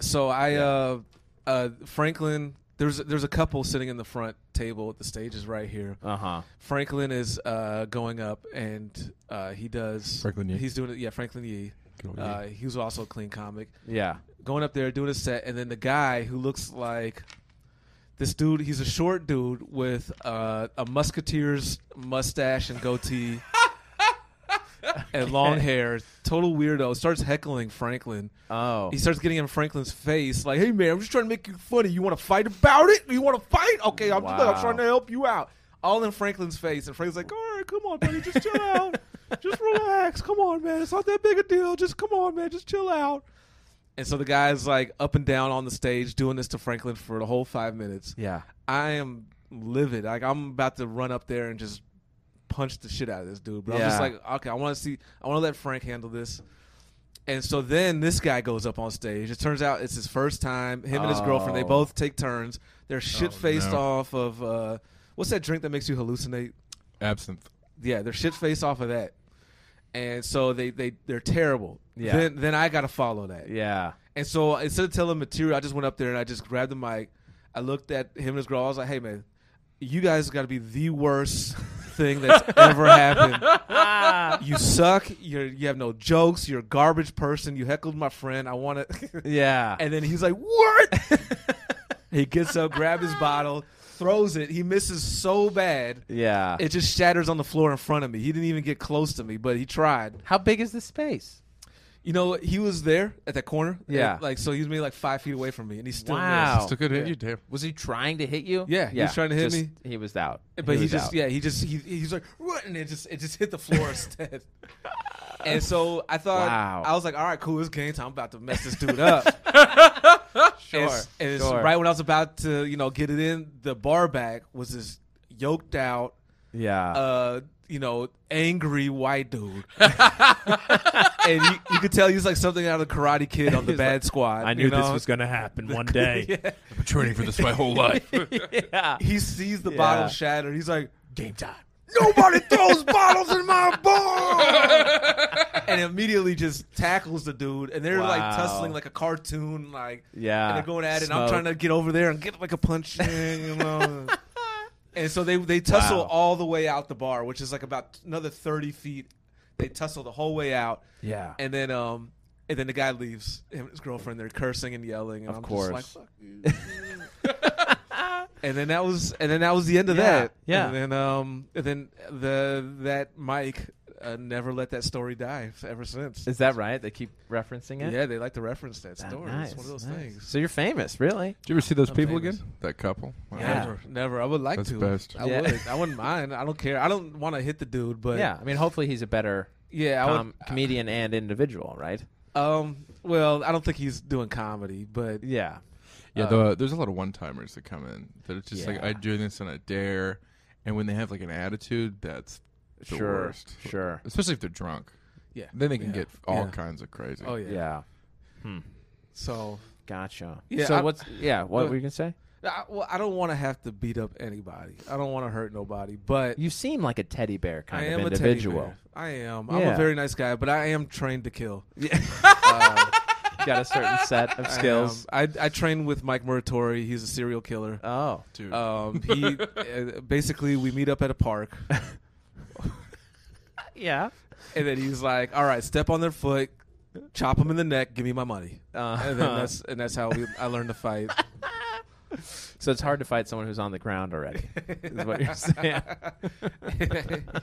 Speaker 3: So I uh uh Franklin there's there's a couple sitting in the front table. The stage is right here.
Speaker 2: Uh huh.
Speaker 3: Franklin is uh going up and uh he does
Speaker 4: Franklin Yee.
Speaker 3: He's doing it yeah, Franklin Yee.
Speaker 4: Good
Speaker 2: Oh,
Speaker 4: old
Speaker 3: Uh
Speaker 4: Yee.
Speaker 3: he was also a clean comic.
Speaker 2: Yeah.
Speaker 3: Going up there doing a set and then the guy who looks like this dude, he's a short dude with uh, a musketeer's mustache and goatee and long hair. Total weirdo. Starts heckling Franklin
Speaker 2: Oh.
Speaker 3: he starts getting in Franklin's face, like, "Hey man, I'm just trying to make you funny. You want to fight about it? You want to fight? Okay, I'm, look,
Speaker 2: Wow.
Speaker 3: I'm trying to help you out." All in Franklin's face, and Franklin's like, "All right, come on, buddy, just chill out, just relax. Come on, man, it's not that big a deal. Just come on, man, just chill out." And so the guy's like up and down on the stage doing this to Franklin for the whole five minutes.
Speaker 2: Yeah.
Speaker 3: I am livid. Like I'm about to run up there and just punch the shit out of this dude. But I'm just
Speaker 2: Yeah.
Speaker 3: like, okay, I want to see. I want to let Frank handle this. And so then this guy goes up on stage. It turns out it's his first time. Him and his girlfriend, they
Speaker 2: Oh.
Speaker 3: both take turns. They're shit faced
Speaker 4: no.
Speaker 3: off of uh, what's that drink that makes you hallucinate?
Speaker 4: Absinthe.
Speaker 3: Yeah, they're shit faced off of that. And so they they they're terrible.
Speaker 2: Yeah.
Speaker 3: Then then I gotta follow that.
Speaker 2: Yeah.
Speaker 3: And so instead of telling material, I just went up there and I just grabbed the mic. I looked at him and his girl. I was like, "Hey, man, you guys got to be the worst thing that's ever happened. You suck. You're you have no jokes. You're a garbage person. You heckled my friend. I want to."
Speaker 2: Yeah.
Speaker 3: and then he's like, "What?" he gets up, grabs his bottle, throws it. He misses so bad.
Speaker 2: yeah.
Speaker 3: It just shatters on the floor in front of me. He didn't even get close to me, but he tried.
Speaker 2: How big is the space?
Speaker 3: You know, he was there at that corner.
Speaker 2: Yeah.
Speaker 3: And, like, so he was maybe like five feet away from me, and he still
Speaker 2: Wow.
Speaker 3: missed.
Speaker 4: Still could hit
Speaker 3: Oh, Yeah.
Speaker 4: you, Dave.
Speaker 2: Was he trying to hit you?
Speaker 3: Yeah, he was trying to hit
Speaker 2: just-
Speaker 3: me.
Speaker 2: He was out.
Speaker 3: But he,
Speaker 2: was
Speaker 3: just,
Speaker 2: out.
Speaker 3: yeah, he just, he, he's like, what? And it just, it just hit the floor instead. And so I thought,
Speaker 2: Wow.
Speaker 3: I was like, all right, cool, it's game time. I'm about to mess this dude up.
Speaker 2: Sure.
Speaker 3: and it's, and it's
Speaker 2: sure.
Speaker 3: right when I was about to, you know, get it in, the bar back was this yoked out,
Speaker 2: Yeah.
Speaker 3: uh, you know, angry white dude. and you, you could tell he was like something out of Karate Kid on the
Speaker 2: He's
Speaker 3: Bad Squad.
Speaker 5: I knew
Speaker 3: you know?
Speaker 5: this was going to happen one day.
Speaker 3: Yeah.
Speaker 4: I've been training for this my whole life.
Speaker 2: yeah.
Speaker 3: He sees the
Speaker 2: Yeah.
Speaker 3: bottle shatter. He's like,
Speaker 5: Game time.
Speaker 3: Nobody throws bottles in my bar. and immediately just tackles the dude, and they're like
Speaker 2: Wow.
Speaker 3: tussling like a cartoon, like
Speaker 2: Yeah.
Speaker 3: And they're going at it. And I'm
Speaker 2: Smoke.
Speaker 3: trying to get over there and get like a punch in, you know. and so they they tussle
Speaker 2: Wow.
Speaker 3: all the way out the bar, which is like about another thirty feet. They tussle the whole way out,
Speaker 2: Yeah.
Speaker 3: and then um. And then the guy leaves. Him and his girlfriend, they're cursing and yelling, and
Speaker 2: Of
Speaker 3: I'm
Speaker 2: course.
Speaker 3: just like, "Fuck you." and then that was, and then that was the end of
Speaker 2: Yeah,
Speaker 3: that.
Speaker 2: yeah.
Speaker 3: And then, um, and then the that Mike uh, never let that story die ever since.
Speaker 2: Is that right? They keep referencing it.
Speaker 3: yeah, they like to reference that
Speaker 2: Ah,
Speaker 3: story.
Speaker 2: nice,
Speaker 3: it's one of those
Speaker 2: nice.
Speaker 3: things.
Speaker 2: So you're famous, really?
Speaker 4: Did you ever see those
Speaker 3: I'm
Speaker 4: people
Speaker 3: famous.
Speaker 4: again? That couple. Wow.
Speaker 2: Yeah.
Speaker 3: Never, never. I would like
Speaker 4: That's
Speaker 3: to.
Speaker 4: best.
Speaker 3: I
Speaker 2: Yeah.
Speaker 3: would. I wouldn't mind. I don't care. I don't want to hit the dude, but
Speaker 2: yeah. I mean, hopefully he's a better
Speaker 3: yeah. I
Speaker 2: com- comedian and individual, right?
Speaker 3: would. Um. Well, I don't think he's doing comedy, but
Speaker 2: Yeah.
Speaker 4: Yeah,
Speaker 3: Uh,
Speaker 4: though, uh, there's a lot of one timers that come in that it's just like
Speaker 2: Yeah.
Speaker 4: I do this and I dare, and when they have like an attitude, that's the
Speaker 2: sure.
Speaker 4: worst.
Speaker 2: Sure.
Speaker 4: Especially if they're drunk,
Speaker 3: yeah.
Speaker 4: then they can
Speaker 3: Yeah.
Speaker 4: get all
Speaker 3: Yeah.
Speaker 4: kinds of crazy.
Speaker 3: Oh yeah.
Speaker 2: Yeah. Hmm.
Speaker 3: So
Speaker 2: Gotcha.
Speaker 3: Yeah,
Speaker 2: so
Speaker 3: I'm-
Speaker 2: what's yeah? What
Speaker 3: Go-
Speaker 2: were you gonna say?
Speaker 3: I, well, I don't want to have to beat up anybody. I don't want to hurt nobody, but
Speaker 2: You seem like a teddy bear kind
Speaker 3: I
Speaker 2: of
Speaker 3: am a teddy
Speaker 2: individual.
Speaker 3: bear. I am. I'm a
Speaker 2: Yeah.
Speaker 3: very nice guy, but I am trained to kill.
Speaker 2: Got a certain set of skills.
Speaker 3: I, am. I, I train with Mike Muratori. He's a serial killer.
Speaker 2: Oh.
Speaker 4: dude,
Speaker 3: Um, he uh, basically we meet up at a park,
Speaker 2: Yeah.
Speaker 3: and then he's like, "All right, step on their foot, chop them in the neck, give me my money."
Speaker 2: Uh,
Speaker 3: And then that's and that's how we, I learned to fight.
Speaker 2: so it's hard to fight someone who's on the ground already. is what you're saying.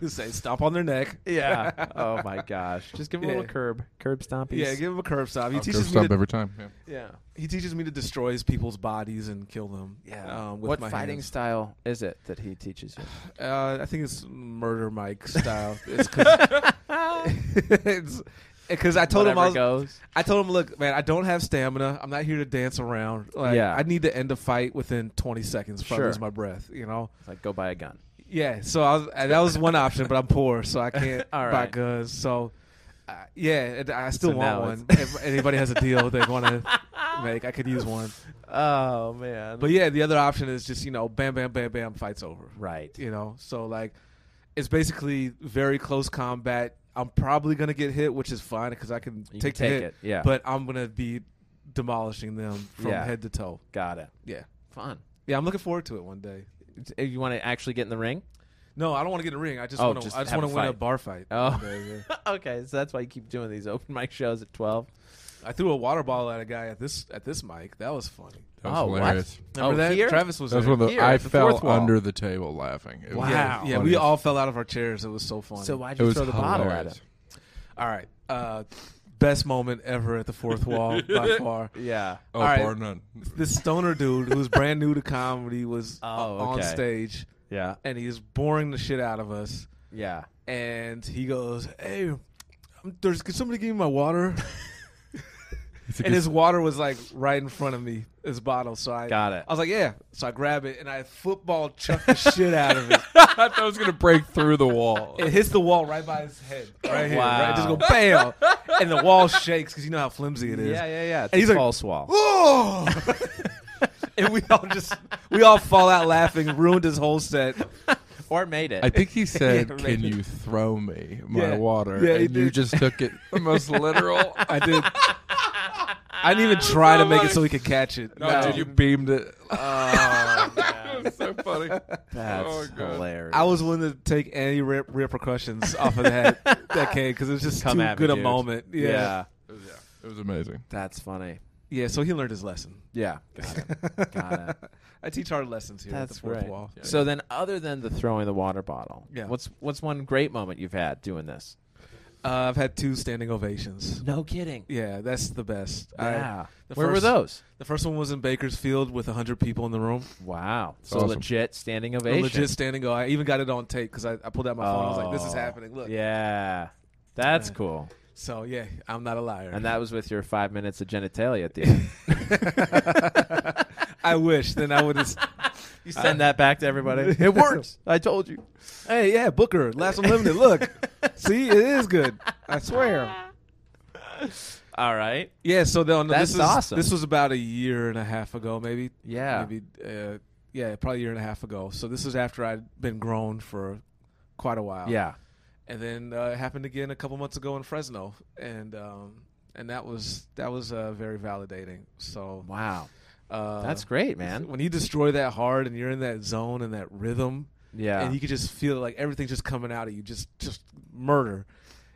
Speaker 3: you say, "Stomp on their neck."
Speaker 2: yeah. Oh my gosh. Just give him a little
Speaker 3: Yeah.
Speaker 2: curb, curb stompies.
Speaker 3: Yeah, give him a curb stop. He
Speaker 4: I'll
Speaker 3: teaches me
Speaker 4: stop
Speaker 3: to
Speaker 4: every time. Yeah.
Speaker 2: yeah.
Speaker 3: he teaches me to destroy his people's bodies and kill them. um, with
Speaker 2: what
Speaker 3: my
Speaker 2: fighting
Speaker 3: hands.
Speaker 2: style is it that he teaches you?
Speaker 3: Uh, I think it's Murder Mike style. It's because I told him I
Speaker 2: Whatever
Speaker 3: was.
Speaker 2: goes.
Speaker 3: I told him, look, man, I don't have stamina. I'm not here to dance around. Like,
Speaker 2: Yeah.
Speaker 3: I need to end a fight within 20 seconds before I lose
Speaker 2: Sure.
Speaker 3: my breath. You know.
Speaker 2: It's like go buy a gun.
Speaker 3: Yeah. So I was, and that was one option, but I'm poor, so I can't
Speaker 2: All
Speaker 3: buy
Speaker 2: right.
Speaker 3: guns. So. Uh, yeah, and I still
Speaker 2: So
Speaker 3: want
Speaker 2: now
Speaker 3: one. If anybody has a deal they want to make, I could use one.
Speaker 2: Oh man.
Speaker 3: But yeah, the other option is just you know, bam, bam, bam, bam, fights over.
Speaker 2: right.
Speaker 3: you know so like it's basically very close combat i'm probably gonna get hit which is fine because i can
Speaker 2: You
Speaker 3: take,
Speaker 2: can
Speaker 3: the
Speaker 2: take
Speaker 3: hit,
Speaker 2: it, yeah.
Speaker 3: but i'm gonna be demolishing them from
Speaker 2: Yeah.
Speaker 3: head to toe
Speaker 2: Got it.
Speaker 3: yeah
Speaker 2: Fun.
Speaker 3: yeah i'm looking forward to it one day
Speaker 2: If You want to actually get in the ring?
Speaker 3: no i don't want to get in a ring i just
Speaker 2: Oh,
Speaker 3: want
Speaker 2: just
Speaker 3: to i just
Speaker 2: have
Speaker 3: want
Speaker 2: a
Speaker 3: to win a
Speaker 2: fight.
Speaker 3: bar fight
Speaker 2: Oh.
Speaker 3: one day, yeah.
Speaker 2: okay, so that's why you keep doing these open mic shows at twelve.
Speaker 3: i threw a water bottle at a guy at this at this mic that was funny
Speaker 4: That was
Speaker 2: oh,
Speaker 4: hilarious.
Speaker 2: What?
Speaker 3: remember
Speaker 2: oh,
Speaker 3: that
Speaker 2: here?
Speaker 3: travis was
Speaker 4: That was
Speaker 3: there.
Speaker 4: one of the.
Speaker 2: Here,
Speaker 4: I
Speaker 2: at the
Speaker 4: fell
Speaker 2: fourth wall.
Speaker 4: under the table laughing. It was
Speaker 3: yeah,
Speaker 5: Wow.
Speaker 3: yeah we
Speaker 4: funniest.
Speaker 3: all fell out of our chairs it was so funny
Speaker 2: so why'd
Speaker 4: It
Speaker 2: you
Speaker 4: was
Speaker 2: throw the bottle at
Speaker 4: hilarious.
Speaker 2: it?
Speaker 3: all right uh best moment ever at the fourth wall by far
Speaker 2: Yeah.
Speaker 4: Oh,
Speaker 3: All right.
Speaker 4: bar none.
Speaker 3: this stoner dude who's brand new to comedy was
Speaker 2: Oh,
Speaker 3: o- on
Speaker 2: okay.
Speaker 3: stage
Speaker 2: Yeah.
Speaker 3: and he's boring the shit out of us.
Speaker 2: Yeah.
Speaker 3: And he goes, "Hey, I'm, there's can somebody give me my water?" and his water was like right in front of me, his bottle. So I
Speaker 2: Got it.
Speaker 3: I was like, yeah. So I grab it and I football chuck the shit out of it.
Speaker 4: I thought I was gonna break through the wall.
Speaker 3: It hits the wall right by his head, right here,
Speaker 2: Wow.
Speaker 3: right. Just go bam, and the wall shakes because you know how flimsy it is.
Speaker 2: Yeah, yeah, yeah. It's
Speaker 3: And
Speaker 2: a
Speaker 3: he's like,
Speaker 2: false wall.
Speaker 3: Oh! and we all just we all fall out laughing. Ruined his whole set.
Speaker 2: Or made it.
Speaker 4: I think he said,
Speaker 3: Yeah, right.
Speaker 4: "Can you throw me my
Speaker 3: Yeah.
Speaker 4: water?"
Speaker 3: Yeah, he
Speaker 4: and you
Speaker 3: did.
Speaker 4: just took it the most literal.
Speaker 3: I did. I didn't even try to make it so he could catch it.
Speaker 4: No, dude, you beamed it. Ah. it was so funny.
Speaker 2: Oh, That's
Speaker 4: Oh, God.
Speaker 2: hilarious.
Speaker 3: I was willing to take any re- repercussions off of that that came because it was just
Speaker 2: Come
Speaker 3: too
Speaker 2: at me,
Speaker 3: good a
Speaker 2: dude.
Speaker 3: moment. Yeah.
Speaker 2: yeah.
Speaker 3: yeah,
Speaker 4: Yeah, it was amazing.
Speaker 2: That's funny.
Speaker 3: So he learned his lesson.
Speaker 2: Yeah. Got it. Got it.
Speaker 3: I teach hard lessons here. at
Speaker 2: That's
Speaker 3: the fourth
Speaker 2: right.
Speaker 3: wall.
Speaker 2: So then other than the throwing the water bottle,
Speaker 3: Yeah.
Speaker 2: what's what's one great moment you've had doing this?
Speaker 3: Uh, I've had two standing ovations.
Speaker 2: No kidding.
Speaker 3: Yeah, that's the best. I-
Speaker 2: Yeah.
Speaker 3: the
Speaker 2: Where were
Speaker 3: first-
Speaker 2: those?
Speaker 3: the first one was in Bakersfield with 100 people in the room.
Speaker 2: Wow. So
Speaker 4: awesome.
Speaker 2: legit standing
Speaker 3: A
Speaker 2: ovation.
Speaker 3: legit standing go. I even got it on tape because I, I pulled out my phone. I was like, this is
Speaker 2: Oh.
Speaker 3: happening. Look.
Speaker 2: Yeah. That's
Speaker 3: Yeah.
Speaker 2: cool.
Speaker 3: So, yeah, I'm not a liar.
Speaker 2: And that was with your five minutes of genitalia at the end.
Speaker 3: I wish. Then I would just.
Speaker 2: you send that back to everybody.
Speaker 3: It works.
Speaker 2: I told you.
Speaker 3: hey, yeah, Booker, Last Unlimited. Look. See, it is good. I swear.
Speaker 2: All right.
Speaker 3: Yeah, so the, on the-
Speaker 2: That's
Speaker 3: this is,
Speaker 2: awesome.
Speaker 3: This was about a year and a half ago, maybe.
Speaker 2: Yeah.
Speaker 3: Maybe, uh, yeah, probably a year and a half ago. So this was after I'd been grown for quite a while.
Speaker 2: Yeah.
Speaker 3: and then uh, it happened again a couple months ago in Fresno, and um, and that was that was uh, very validating. So
Speaker 2: Wow.
Speaker 3: uh,
Speaker 2: That's great, man.
Speaker 3: When you destroy that hard and you're in that zone and that rhythm,
Speaker 2: Yeah.
Speaker 3: and you can just feel like everything's just coming out of you, just just murder,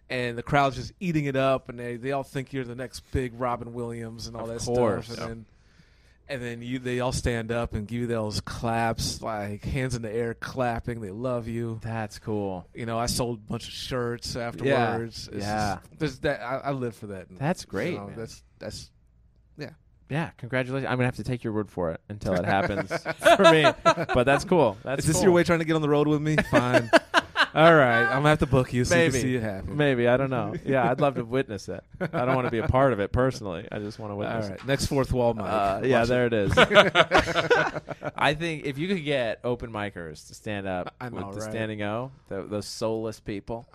Speaker 3: and the crowd's just eating it up, and they they all think you're the next big Robin Williams and all that
Speaker 2: Of course.
Speaker 3: stuff, and then. And then you, they all stand up and give you those claps, like hands in the air, clapping. They love you.
Speaker 2: That's cool.
Speaker 3: You know, I sold a bunch of shirts afterwards. It's
Speaker 2: Yeah.
Speaker 3: just- there's that. I, I live for that.
Speaker 2: That's great.
Speaker 3: You know,
Speaker 2: man.
Speaker 3: that's that's
Speaker 2: yeah. Congratulations. I'm gonna have to take your word for it until it happens for me. But that's cool. That's
Speaker 3: is this
Speaker 2: cool.
Speaker 3: your way trying to get on the road with me? Fine. All right, I'm gonna have to book you so
Speaker 2: Maybe.
Speaker 3: you can see it happen.
Speaker 2: Maybe I don't know. Yeah, I'd love to witness it. I don't want to be a part of it personally. I just want to
Speaker 3: All
Speaker 2: witness it.
Speaker 3: right, next fourth wall, Mike.
Speaker 2: Uh, yeah,
Speaker 3: Watch
Speaker 2: there
Speaker 3: it.
Speaker 2: it is. I think if you could get open micers to stand up
Speaker 3: I know,
Speaker 2: with the
Speaker 3: right?
Speaker 2: standing O, tho- those soulless people.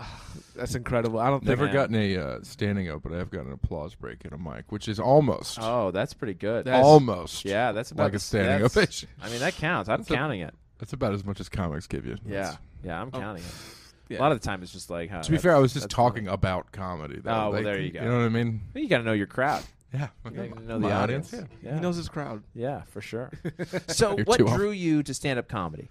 Speaker 3: That's incredible. I don't think.
Speaker 4: Never
Speaker 2: man.
Speaker 4: gotten a uh, standing up, but I've gotten an applause break in a mic, which is almost,
Speaker 2: Oh, that's pretty good.
Speaker 3: That's-
Speaker 4: almost.
Speaker 2: yeah, that's about
Speaker 4: like a
Speaker 2: the-
Speaker 4: standing
Speaker 2: that's-
Speaker 4: ovation.
Speaker 2: I mean, that counts. I'm
Speaker 4: That's a-
Speaker 2: counting it.
Speaker 4: That's about as much as comics give you.
Speaker 2: Yeah,
Speaker 4: That's-
Speaker 2: yeah, I'm
Speaker 3: Oh.
Speaker 2: counting it.
Speaker 3: Yeah.
Speaker 2: A lot of the time, it's just like. Huh,
Speaker 4: To be
Speaker 2: that's-
Speaker 4: fair, I was just
Speaker 2: that's funny.
Speaker 4: talking about comedy. Though.
Speaker 2: Oh, well,
Speaker 4: Like,
Speaker 2: there you go.
Speaker 4: You know what I mean?
Speaker 2: You got to know your crowd.
Speaker 4: Yeah.
Speaker 2: You gotta know
Speaker 4: My
Speaker 2: the
Speaker 4: audience.
Speaker 2: audience.
Speaker 3: He knows his crowd.
Speaker 2: Yeah, for sure. so,
Speaker 4: You're
Speaker 2: what
Speaker 4: too off.
Speaker 2: drew you to stand up comedy?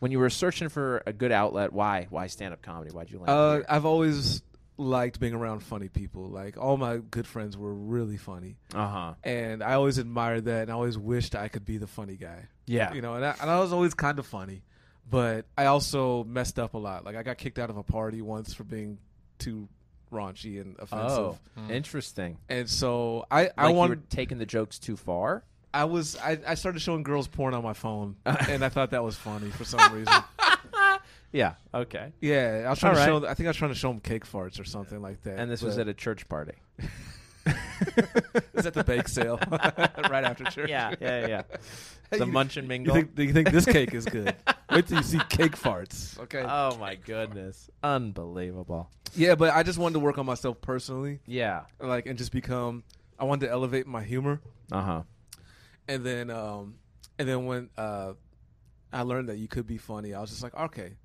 Speaker 2: When you were searching for a good outlet, why why stand up comedy? Why'd you land?
Speaker 3: Uh,
Speaker 2: here?
Speaker 3: I've always liked being around funny people. Like all my good friends were really funny,
Speaker 2: Uh huh.
Speaker 3: and I always admired that, and I always wished I could be the funny guy.
Speaker 2: Yeah.
Speaker 3: you know, and I, and I was always kind of funny, but I also messed up a lot. Like I got kicked out of a party once for being too raunchy and offensive,
Speaker 2: oh, interesting.
Speaker 3: and so I
Speaker 2: Like
Speaker 3: I
Speaker 2: you
Speaker 3: wanted
Speaker 2: were taking the jokes too far.
Speaker 3: I was I, I started showing girls porn on my phone, and I thought that was funny for some reason.
Speaker 2: Yeah. Okay.
Speaker 3: Yeah, I was trying
Speaker 2: All
Speaker 3: to
Speaker 2: right.
Speaker 3: show. I think I was trying to show them cake farts or something like that.
Speaker 2: And this was
Speaker 3: but-
Speaker 2: at a church party.
Speaker 3: it was at the bake sale right after church.
Speaker 2: yeah, yeah. The
Speaker 3: You-
Speaker 2: munch and
Speaker 3: You
Speaker 2: mingle.
Speaker 3: think, you think this cake is good? Wait till you see cake farts. Okay.
Speaker 2: oh my goodness, unbelievable.
Speaker 3: yeah, but I just wanted to work on myself personally.
Speaker 2: Yeah.
Speaker 3: like and just become I wanted to elevate my humor
Speaker 2: Uh huh.
Speaker 3: and then um and then when uh I learned that you could be funny, I was just like, okay.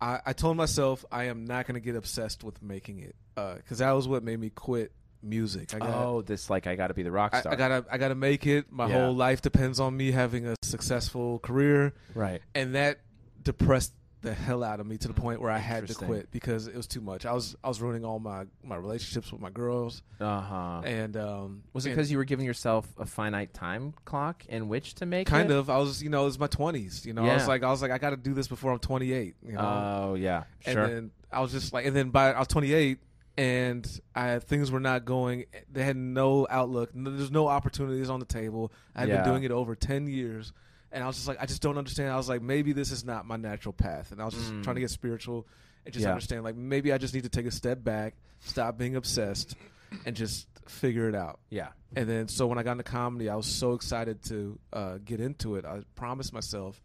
Speaker 3: I, I told myself I am not gonna get obsessed with making it. Uh 'cause cause that was what made me quit music. I got
Speaker 2: Oh, this like I got to be the rock
Speaker 3: I,
Speaker 2: star.
Speaker 3: I gotta I gotta make it. My
Speaker 2: Yeah.
Speaker 3: whole life depends on me having a successful career.
Speaker 2: right.
Speaker 3: And that depressed the hell out of me to the point where I had to
Speaker 2: Mm, Interesting.
Speaker 3: quit because it was too much. I was I was ruining all my, my relationships with my girls
Speaker 2: Uh huh.
Speaker 3: and um
Speaker 2: Was it
Speaker 3: and-
Speaker 2: because you were giving yourself a finite time clock in which to make
Speaker 3: kind
Speaker 2: it?
Speaker 3: of i was you know it was my 20s you know i
Speaker 2: Yeah.
Speaker 3: was like i was like i gotta do this before i'm 28 you know
Speaker 2: Oh yeah,
Speaker 3: and
Speaker 2: sure.
Speaker 3: then i was just like and then by i was 28 and I, things were not going they had no outlook no, there's no opportunities on the table i've
Speaker 2: Yeah.
Speaker 3: been doing it over 10 years and i was just like i just don't understand i was like maybe this is not my natural path and i was just trying to get spiritual and just
Speaker 2: Mm. Yeah.
Speaker 3: understand like maybe i just need to take a step back stop being obsessed and just figure it out.
Speaker 2: Yeah.
Speaker 3: And then, so when I got into comedy, I was so excited to uh, get into it. I promised myself,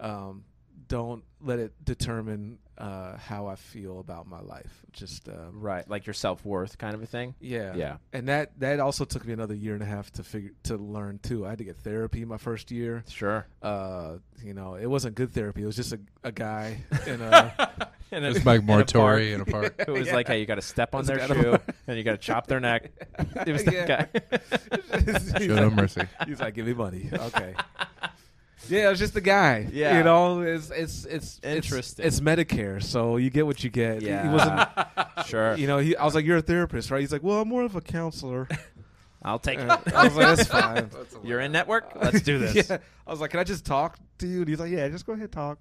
Speaker 3: um, don't let it determine uh, how I feel about my life. Just um,
Speaker 2: Right. Like your self worth kind of a thing.
Speaker 3: yeah,
Speaker 2: Yeah.
Speaker 3: And that that also took me another year and a half to figure to learn too. I had to get therapy my first year.
Speaker 2: Sure.
Speaker 3: Uh, you know, it wasn't good therapy. It was just a, a guy in a
Speaker 2: And
Speaker 4: It's like Mortori
Speaker 2: It
Speaker 4: in a park.
Speaker 2: was like, hey, you got to step on
Speaker 3: It's
Speaker 2: their
Speaker 3: got a
Speaker 2: shoe and you got to chop their neck. It was that
Speaker 3: Yeah.
Speaker 2: guy.
Speaker 4: Show no mercy.
Speaker 3: He's like, "Give me money." Okay. Yeah, it was just the guy.
Speaker 2: Yeah.
Speaker 3: you know, it's it's it's it's-
Speaker 2: Interesting.
Speaker 3: It's, Medicare, so you get what you get. He- he wasn't.
Speaker 2: sure.
Speaker 3: You know, he, I was like, "You're a therapist, right?" He's like, "Well, I'm more of a counselor."
Speaker 2: I'll take
Speaker 3: And
Speaker 2: it.
Speaker 3: I was like, "That's fine."
Speaker 2: You're in network. Let's do this.
Speaker 3: Yeah. I was like, "Can I just talk to you?" And he's like, "Yeah, just go ahead and talk."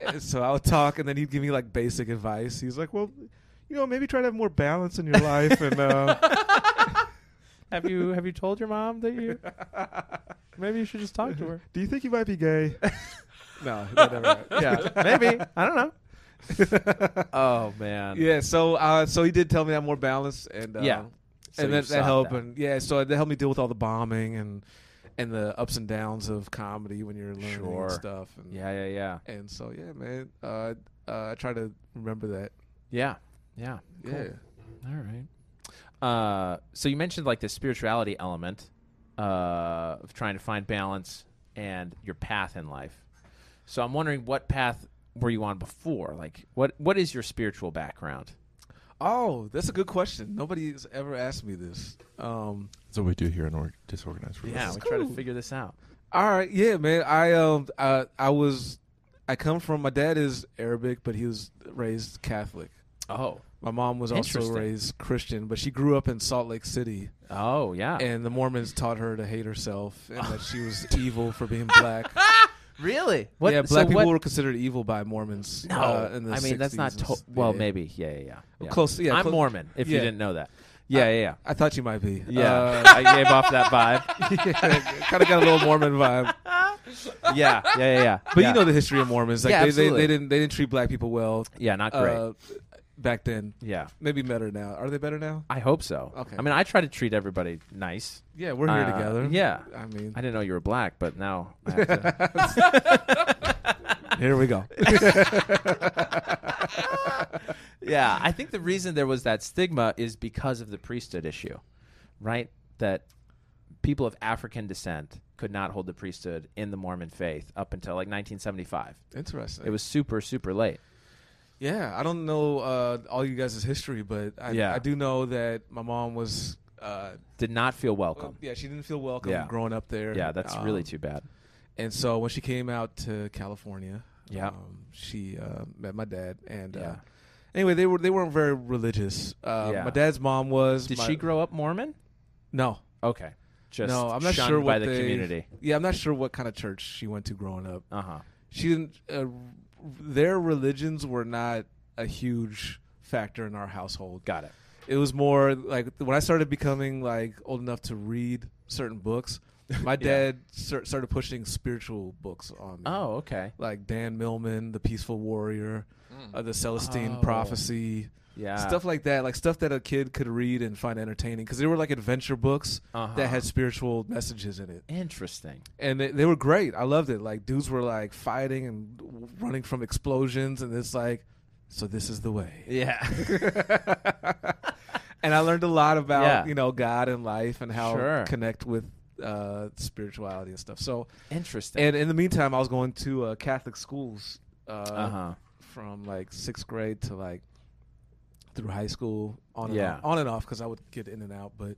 Speaker 3: And so I would talk, and then he'd give me like basic advice. He's like, "Well, you know, maybe try to have more balance in your life." And uh,
Speaker 2: Have you have you told your mom that you? Maybe you should just talk to her.
Speaker 3: do you think you might be gay? no, that never happened.
Speaker 2: Yeah, maybe. I don't know. oh man.
Speaker 3: Yeah, so uh, so he did tell me that more balance and uh,
Speaker 2: Yeah. So you
Speaker 3: and that,
Speaker 2: sought
Speaker 3: that helped
Speaker 2: that.
Speaker 3: and yeah, so that helped me deal with all the bombing and and the ups and downs of comedy when you're learning
Speaker 2: Sure.
Speaker 3: and stuff and
Speaker 2: Yeah. Yeah. Yeah.
Speaker 3: and so yeah, man, uh, uh, I try to remember that.
Speaker 2: Yeah. Yeah.
Speaker 3: Yeah,
Speaker 2: All right. Uh, so you mentioned like the spirituality element uh, of trying to find balance and your path in life. So I'm wondering what path were you on before? Like what what is your spiritual background?
Speaker 3: oh, that's a good question. Nobody's ever asked me this. Um,
Speaker 4: That's what we do here in or- disorganized. Religion.
Speaker 2: Yeah, we try to figure this out.
Speaker 3: all right, yeah, man, I um, I, I was, I come from my dad is Arabic, but he was raised Catholic.
Speaker 2: Oh.
Speaker 3: My mom was also
Speaker 2: Interesting.
Speaker 3: raised Christian, but she grew up in Salt Lake City.
Speaker 2: Oh yeah.
Speaker 3: and the Mormons taught her to hate herself and that she was evil for being black.
Speaker 2: really? What,
Speaker 3: yeah,
Speaker 2: so
Speaker 3: black people
Speaker 2: what-
Speaker 3: were considered evil by Mormons.
Speaker 2: No,
Speaker 3: uh, in the
Speaker 2: I mean that's not
Speaker 3: 60s and
Speaker 2: to-
Speaker 3: s-
Speaker 2: well,
Speaker 3: yeah.
Speaker 2: maybe. Yeah, yeah, yeah. yeah.
Speaker 3: Close, yeah.
Speaker 2: I'm
Speaker 3: close-
Speaker 2: Mormon. If you
Speaker 3: yeah.
Speaker 2: didn't know that, yeah, yeah,
Speaker 3: I thought you might be.
Speaker 2: yeah. yeah. I gave off that vibe.
Speaker 3: kind of got a little Mormon vibe.
Speaker 2: Yeah, yeah, yeah. yeah.
Speaker 3: But
Speaker 2: Yeah.
Speaker 3: you know the history of Mormons. Like they,
Speaker 2: Yeah,
Speaker 3: they,
Speaker 2: absolutely.
Speaker 3: they didn't they didn't treat black people well
Speaker 2: yeah, not great.
Speaker 3: uh, back then.
Speaker 2: yeah,
Speaker 3: Maybe better now. Are they better now?
Speaker 2: I hope so.
Speaker 3: Okay.
Speaker 2: I mean, I try to treat everybody nice.
Speaker 3: Yeah, we're here
Speaker 2: Uh,
Speaker 3: together.
Speaker 2: yeah.
Speaker 3: I mean,
Speaker 2: I didn't know you were black, but now I have to.
Speaker 3: here we go.
Speaker 2: yeah, I think the reason there was that stigma is because of the priesthood issue, right? That people of African descent could not hold the priesthood in the Mormon faith up until like 1975.
Speaker 3: Interesting.
Speaker 2: It was super, super late.
Speaker 3: Yeah, I don't know uh, all you guys' history, but I,
Speaker 2: Yeah.
Speaker 3: I do know that my mom was. Uh,
Speaker 2: Did not feel welcome.
Speaker 3: yeah, she didn't feel welcome
Speaker 2: Yeah.
Speaker 3: growing up there.
Speaker 2: Yeah, that's
Speaker 3: Um,
Speaker 2: really too bad.
Speaker 3: And so when she came out to California,
Speaker 2: Yeah.
Speaker 3: um, she uh, met my dad. And uh,
Speaker 2: Yeah.
Speaker 3: anyway, they were they weren't very religious. Uh,
Speaker 2: Yeah.
Speaker 3: My dad's mom was.
Speaker 2: Did
Speaker 3: my-
Speaker 2: she grow up Mormon?
Speaker 3: No,
Speaker 2: Okay. Just
Speaker 3: no, I'm not
Speaker 2: shunned
Speaker 3: sure what
Speaker 2: by the
Speaker 3: they-
Speaker 2: community.
Speaker 3: Yeah, I'm not sure what kind of church she went to growing up.
Speaker 2: Uh huh.
Speaker 3: She didn't. Uh, their religions were not a huge factor in our household.
Speaker 2: Got it.
Speaker 3: it was more like when I started becoming like old enough to read certain books, my dad cer- started pushing spiritual books on me.
Speaker 2: Oh, okay.
Speaker 3: Like Dan Millman, The Peaceful Warrior, uh, The Celestine
Speaker 2: Oh. Ah.
Speaker 3: Prophecy,
Speaker 2: Yeah.
Speaker 3: stuff like that. Like stuff that a kid could read and find entertaining because they were like adventure books
Speaker 2: Uh-huh.
Speaker 3: that had spiritual messages in it.
Speaker 2: Interesting.
Speaker 3: And they, they were great. I loved it. Like dudes were like fighting and w- running from explosions, and it's like, so this is the way.
Speaker 2: Yeah.
Speaker 3: and I learned a lot about
Speaker 2: Yeah.
Speaker 3: you know God and life and how
Speaker 2: Sure.
Speaker 3: to connect with uh, spirituality and stuff. So,
Speaker 2: Interesting.
Speaker 3: and in the meantime, I was going to uh, Catholic schools uh,
Speaker 2: uh huh.
Speaker 3: from like sixth grade to like through high school on and
Speaker 2: Yeah.
Speaker 3: off, on and off because I would get in and out. But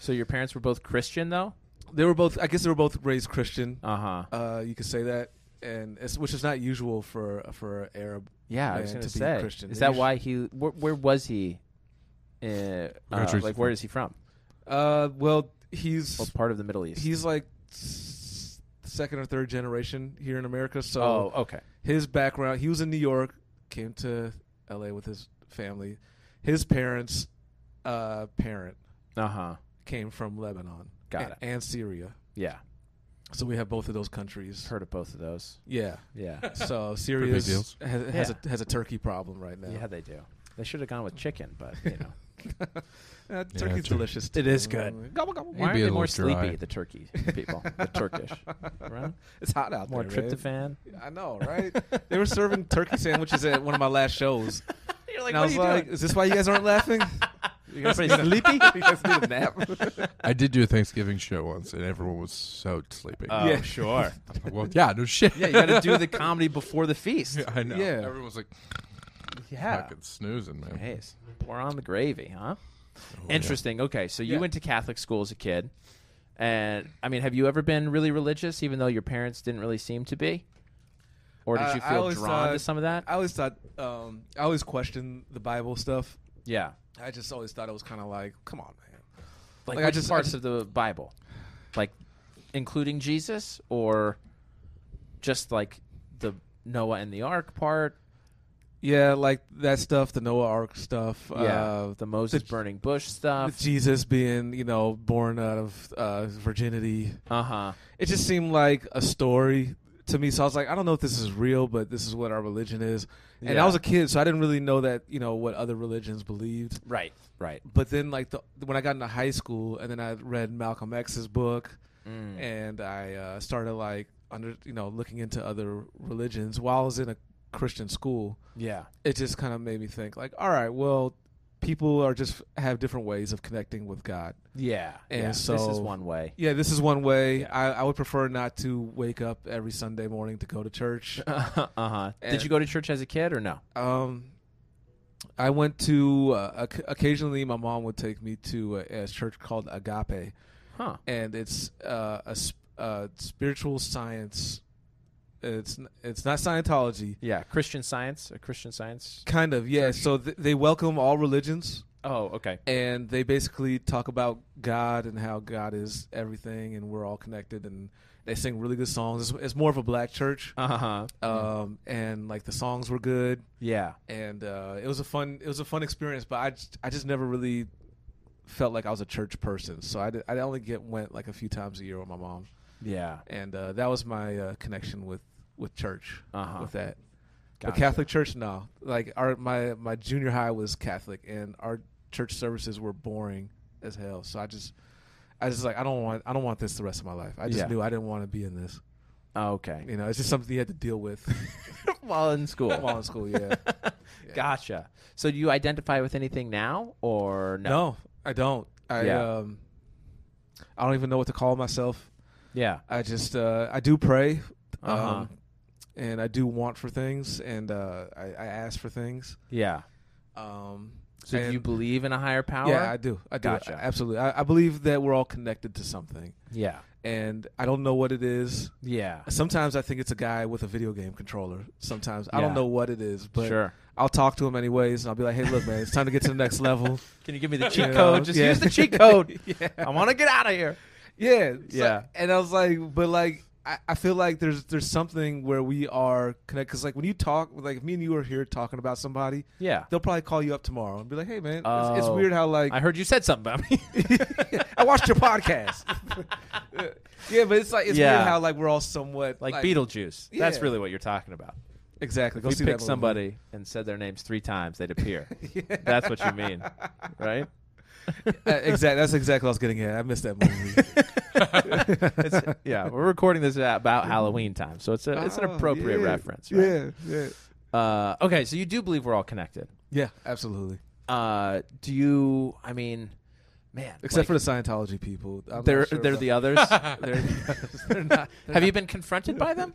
Speaker 2: So your parents were both Christian, though.
Speaker 3: they were both, I guess, they were both raised Christian.
Speaker 2: Uh huh.
Speaker 3: Uh, you could say that. And it's, which is not usual for for Arab.
Speaker 2: Yeah, I was
Speaker 3: man,
Speaker 2: gonna
Speaker 3: to be
Speaker 2: say.
Speaker 3: Christian.
Speaker 2: Is
Speaker 3: They
Speaker 2: that
Speaker 3: usu-
Speaker 2: why he? Where, where was he? Uh, uh,
Speaker 4: country's
Speaker 2: like,
Speaker 4: he
Speaker 2: where
Speaker 4: from?
Speaker 2: is he from?
Speaker 3: Uh, well, he's
Speaker 2: What part of the Middle East?
Speaker 3: he's like s- second or third generation here in America. So
Speaker 2: oh, okay.
Speaker 3: his background he was in new york came to la with his family his parents uh parent
Speaker 2: Uh huh.
Speaker 3: came from lebanon
Speaker 2: Got
Speaker 3: a-
Speaker 2: it.
Speaker 3: and syria
Speaker 2: Yeah,
Speaker 3: so we have both of those countries
Speaker 2: heard of both of those.
Speaker 3: yeah
Speaker 2: Yeah,
Speaker 3: so
Speaker 4: big
Speaker 3: syria has,
Speaker 4: deals.
Speaker 3: has,
Speaker 2: Yeah.
Speaker 3: a, has a turkey problem right now
Speaker 2: yeah, they do. They should have gone with chicken, but you know,
Speaker 3: Uh, turkey's
Speaker 4: tur-
Speaker 3: delicious.
Speaker 1: It is good.
Speaker 3: Gobble gobble.
Speaker 2: Why
Speaker 4: be
Speaker 2: are
Speaker 4: a
Speaker 2: they
Speaker 4: little
Speaker 2: more
Speaker 4: dry.
Speaker 2: sleepy? The Turkey people, the Turkish, right?
Speaker 3: It's hot out
Speaker 2: More
Speaker 3: there. eh? man.
Speaker 2: tryptophan.
Speaker 3: I know, right? they were serving turkey sandwiches at one of my last shows.
Speaker 2: You're like,
Speaker 3: and I was like, "Is this why you guys aren't laughing? You guys need a-
Speaker 2: sleepy?
Speaker 3: you guys need a nap."
Speaker 4: I did do a Thanksgiving show once, and everyone was so sleepy.
Speaker 2: Oh,
Speaker 3: Yeah.
Speaker 2: sure.
Speaker 4: I'm like, well, yeah, no shit.
Speaker 2: Yeah, you got to do the comedy before the feast.
Speaker 4: I know.
Speaker 3: Yeah.
Speaker 4: Everyone was like
Speaker 2: Yeah.
Speaker 4: fucking snoozing, man.
Speaker 2: Nice. Pour on the gravy, huh?
Speaker 4: Oh, yeah.
Speaker 2: Interesting. Okay, so you
Speaker 3: Yeah.
Speaker 2: went to Catholic school as a kid, and I mean, have you ever been really religious, even though your parents didn't really seem to be, or did
Speaker 3: Uh,
Speaker 2: you
Speaker 3: I
Speaker 2: feel
Speaker 3: always
Speaker 2: drawn to
Speaker 3: thought-
Speaker 2: some of that?
Speaker 3: I always thought, um, I always questioned the Bible stuff.
Speaker 2: yeah,
Speaker 3: I just always thought it was kind of like, "Come on, man."
Speaker 2: like,
Speaker 3: Like, I
Speaker 2: which
Speaker 3: just- I
Speaker 2: parts
Speaker 3: just-
Speaker 2: of the Bible, like including Jesus, or just like the Noah and the Ark part,
Speaker 3: Yeah, like that stuff, the Noah Ark stuff.
Speaker 2: yeah,
Speaker 3: Uh,
Speaker 2: the Moses burning bush stuff,
Speaker 3: Jesus being, you know, born out of uh, virginity.
Speaker 2: uh huh.
Speaker 3: It just seemed like a story to me. So I was like, I don't know if this is real, but this is what our religion is. And
Speaker 2: Yeah.
Speaker 3: I was a kid, so I didn't really know that, you know, what other religions believed.
Speaker 2: Right, right.
Speaker 3: But then, like, the, when I got into high school and then I read Malcolm X's book
Speaker 2: Mm.
Speaker 3: and I uh, started, like, under, you know, looking into other religions while I was in a Christian school
Speaker 2: Yeah,
Speaker 3: it just kind of made me think like all right well people are just have different ways of connecting with god
Speaker 2: yeah.
Speaker 3: And
Speaker 2: yeah. this is
Speaker 3: so-
Speaker 2: one way.
Speaker 3: yeah this is one way
Speaker 2: Yeah.
Speaker 3: I, I would prefer not to wake up every sunday morning to go to church
Speaker 2: uh huh. Did
Speaker 3: And-
Speaker 2: you go to church as a kid or no?
Speaker 3: um i went to uh, oc- occasionally my mom would take me to a, a church called agape
Speaker 2: Huh.
Speaker 3: and it's uh, a sp- uh, spiritual science it's n- it's not scientology
Speaker 2: Yeah, Christian Science, a Christian Science.
Speaker 3: kind of yeah so th- they welcome all religions
Speaker 2: Oh, okay.
Speaker 3: and they basically talk about God and how God is everything, and we're all connected. And they sing really good songs. It's, it's more of a black church,
Speaker 2: Uh huh.
Speaker 3: um, and like the songs were good,
Speaker 2: Yeah.
Speaker 3: and uh, it was a fun it was a fun experience. But I just, I just never really felt like I was a church person, so I, did, I only get went like a few times a year with my mom,
Speaker 2: Yeah.
Speaker 3: and uh, that was my uh, connection with with church
Speaker 2: Uh-huh.
Speaker 3: with that.
Speaker 2: Gotcha.
Speaker 3: But Catholic church, no. Like our my my junior high was Catholic, and our church services were boring as hell. So I just, I just like I don't want I don't want this the rest of my life. I just
Speaker 2: Yeah.
Speaker 3: knew I didn't want to be in this.
Speaker 2: Okay.
Speaker 3: You know, it's just something you had to deal with
Speaker 2: While in school.
Speaker 3: while in school. Yeah.
Speaker 2: Gotcha. So do you identify with anything now or no?
Speaker 3: No, I don't. I
Speaker 2: Yeah.
Speaker 3: um, I don't even know what to call myself.
Speaker 2: Yeah.
Speaker 3: I just uh, I do pray,
Speaker 2: Uh-huh.
Speaker 3: um, and I do want for things, and uh, I, I ask for things.
Speaker 2: Yeah.
Speaker 3: Um,
Speaker 2: So do
Speaker 3: and-
Speaker 2: you believe in a higher power?
Speaker 3: Yeah, I do. I do.
Speaker 2: Gotcha.
Speaker 3: Absolutely. I, I believe that we're all connected to something,
Speaker 2: yeah.
Speaker 3: and I don't know what it is.
Speaker 2: Yeah.
Speaker 3: Sometimes I think it's a guy with a video game controller. Sometimes I
Speaker 2: Yeah.
Speaker 3: don't know what it is, but
Speaker 2: sure.
Speaker 3: I'll talk to him anyways, and I'll be like, "Hey, look, man, it's time to get to the next level."
Speaker 2: Can you give me the cheat
Speaker 3: know,
Speaker 2: code? Just
Speaker 3: yeah.
Speaker 2: use the cheat code.
Speaker 3: yeah,
Speaker 2: I want to get out of here.
Speaker 3: yeah, So-
Speaker 2: Yeah.
Speaker 3: and I was like, but like. I I feel like there's there's something where we are connected because like when you talk like if me and you are here talking about somebody
Speaker 2: Yeah.
Speaker 3: they'll probably call you up tomorrow and be like hey man it's, it's
Speaker 2: Oh.
Speaker 3: weird how like
Speaker 2: I heard you said something about me.
Speaker 3: I watched your podcast. yeah, but it's like it's
Speaker 2: Yeah.
Speaker 3: weird how like we're all somewhat
Speaker 2: like, Beetlejuice. That's
Speaker 3: Yeah.
Speaker 2: really what you're talking about.
Speaker 3: Exactly.
Speaker 2: If
Speaker 3: Go
Speaker 2: we
Speaker 3: see
Speaker 2: picked
Speaker 3: that
Speaker 2: somebody
Speaker 3: movie.
Speaker 2: and said their names three times, they'd appear. That's what you mean, right?
Speaker 3: Uh, exactly. That's exactly what I was getting at. I missed that movie.
Speaker 2: It's- yeah, we're recording this at about Halloween time, so it's a, it's an
Speaker 3: Oh,
Speaker 2: appropriate
Speaker 3: yeah.
Speaker 2: reference. Right?
Speaker 3: Yeah. Yeah.
Speaker 2: Uh, okay, so you do believe we're all connected.
Speaker 3: Yeah. Absolutely.
Speaker 2: Uh, do you? I mean, man,
Speaker 3: Except for
Speaker 2: like,
Speaker 3: the Scientology people. I'm not
Speaker 2: they're
Speaker 3: sure
Speaker 2: they're
Speaker 3: about-
Speaker 2: the others.
Speaker 3: They're, they're not.
Speaker 2: Have you been confronted by them?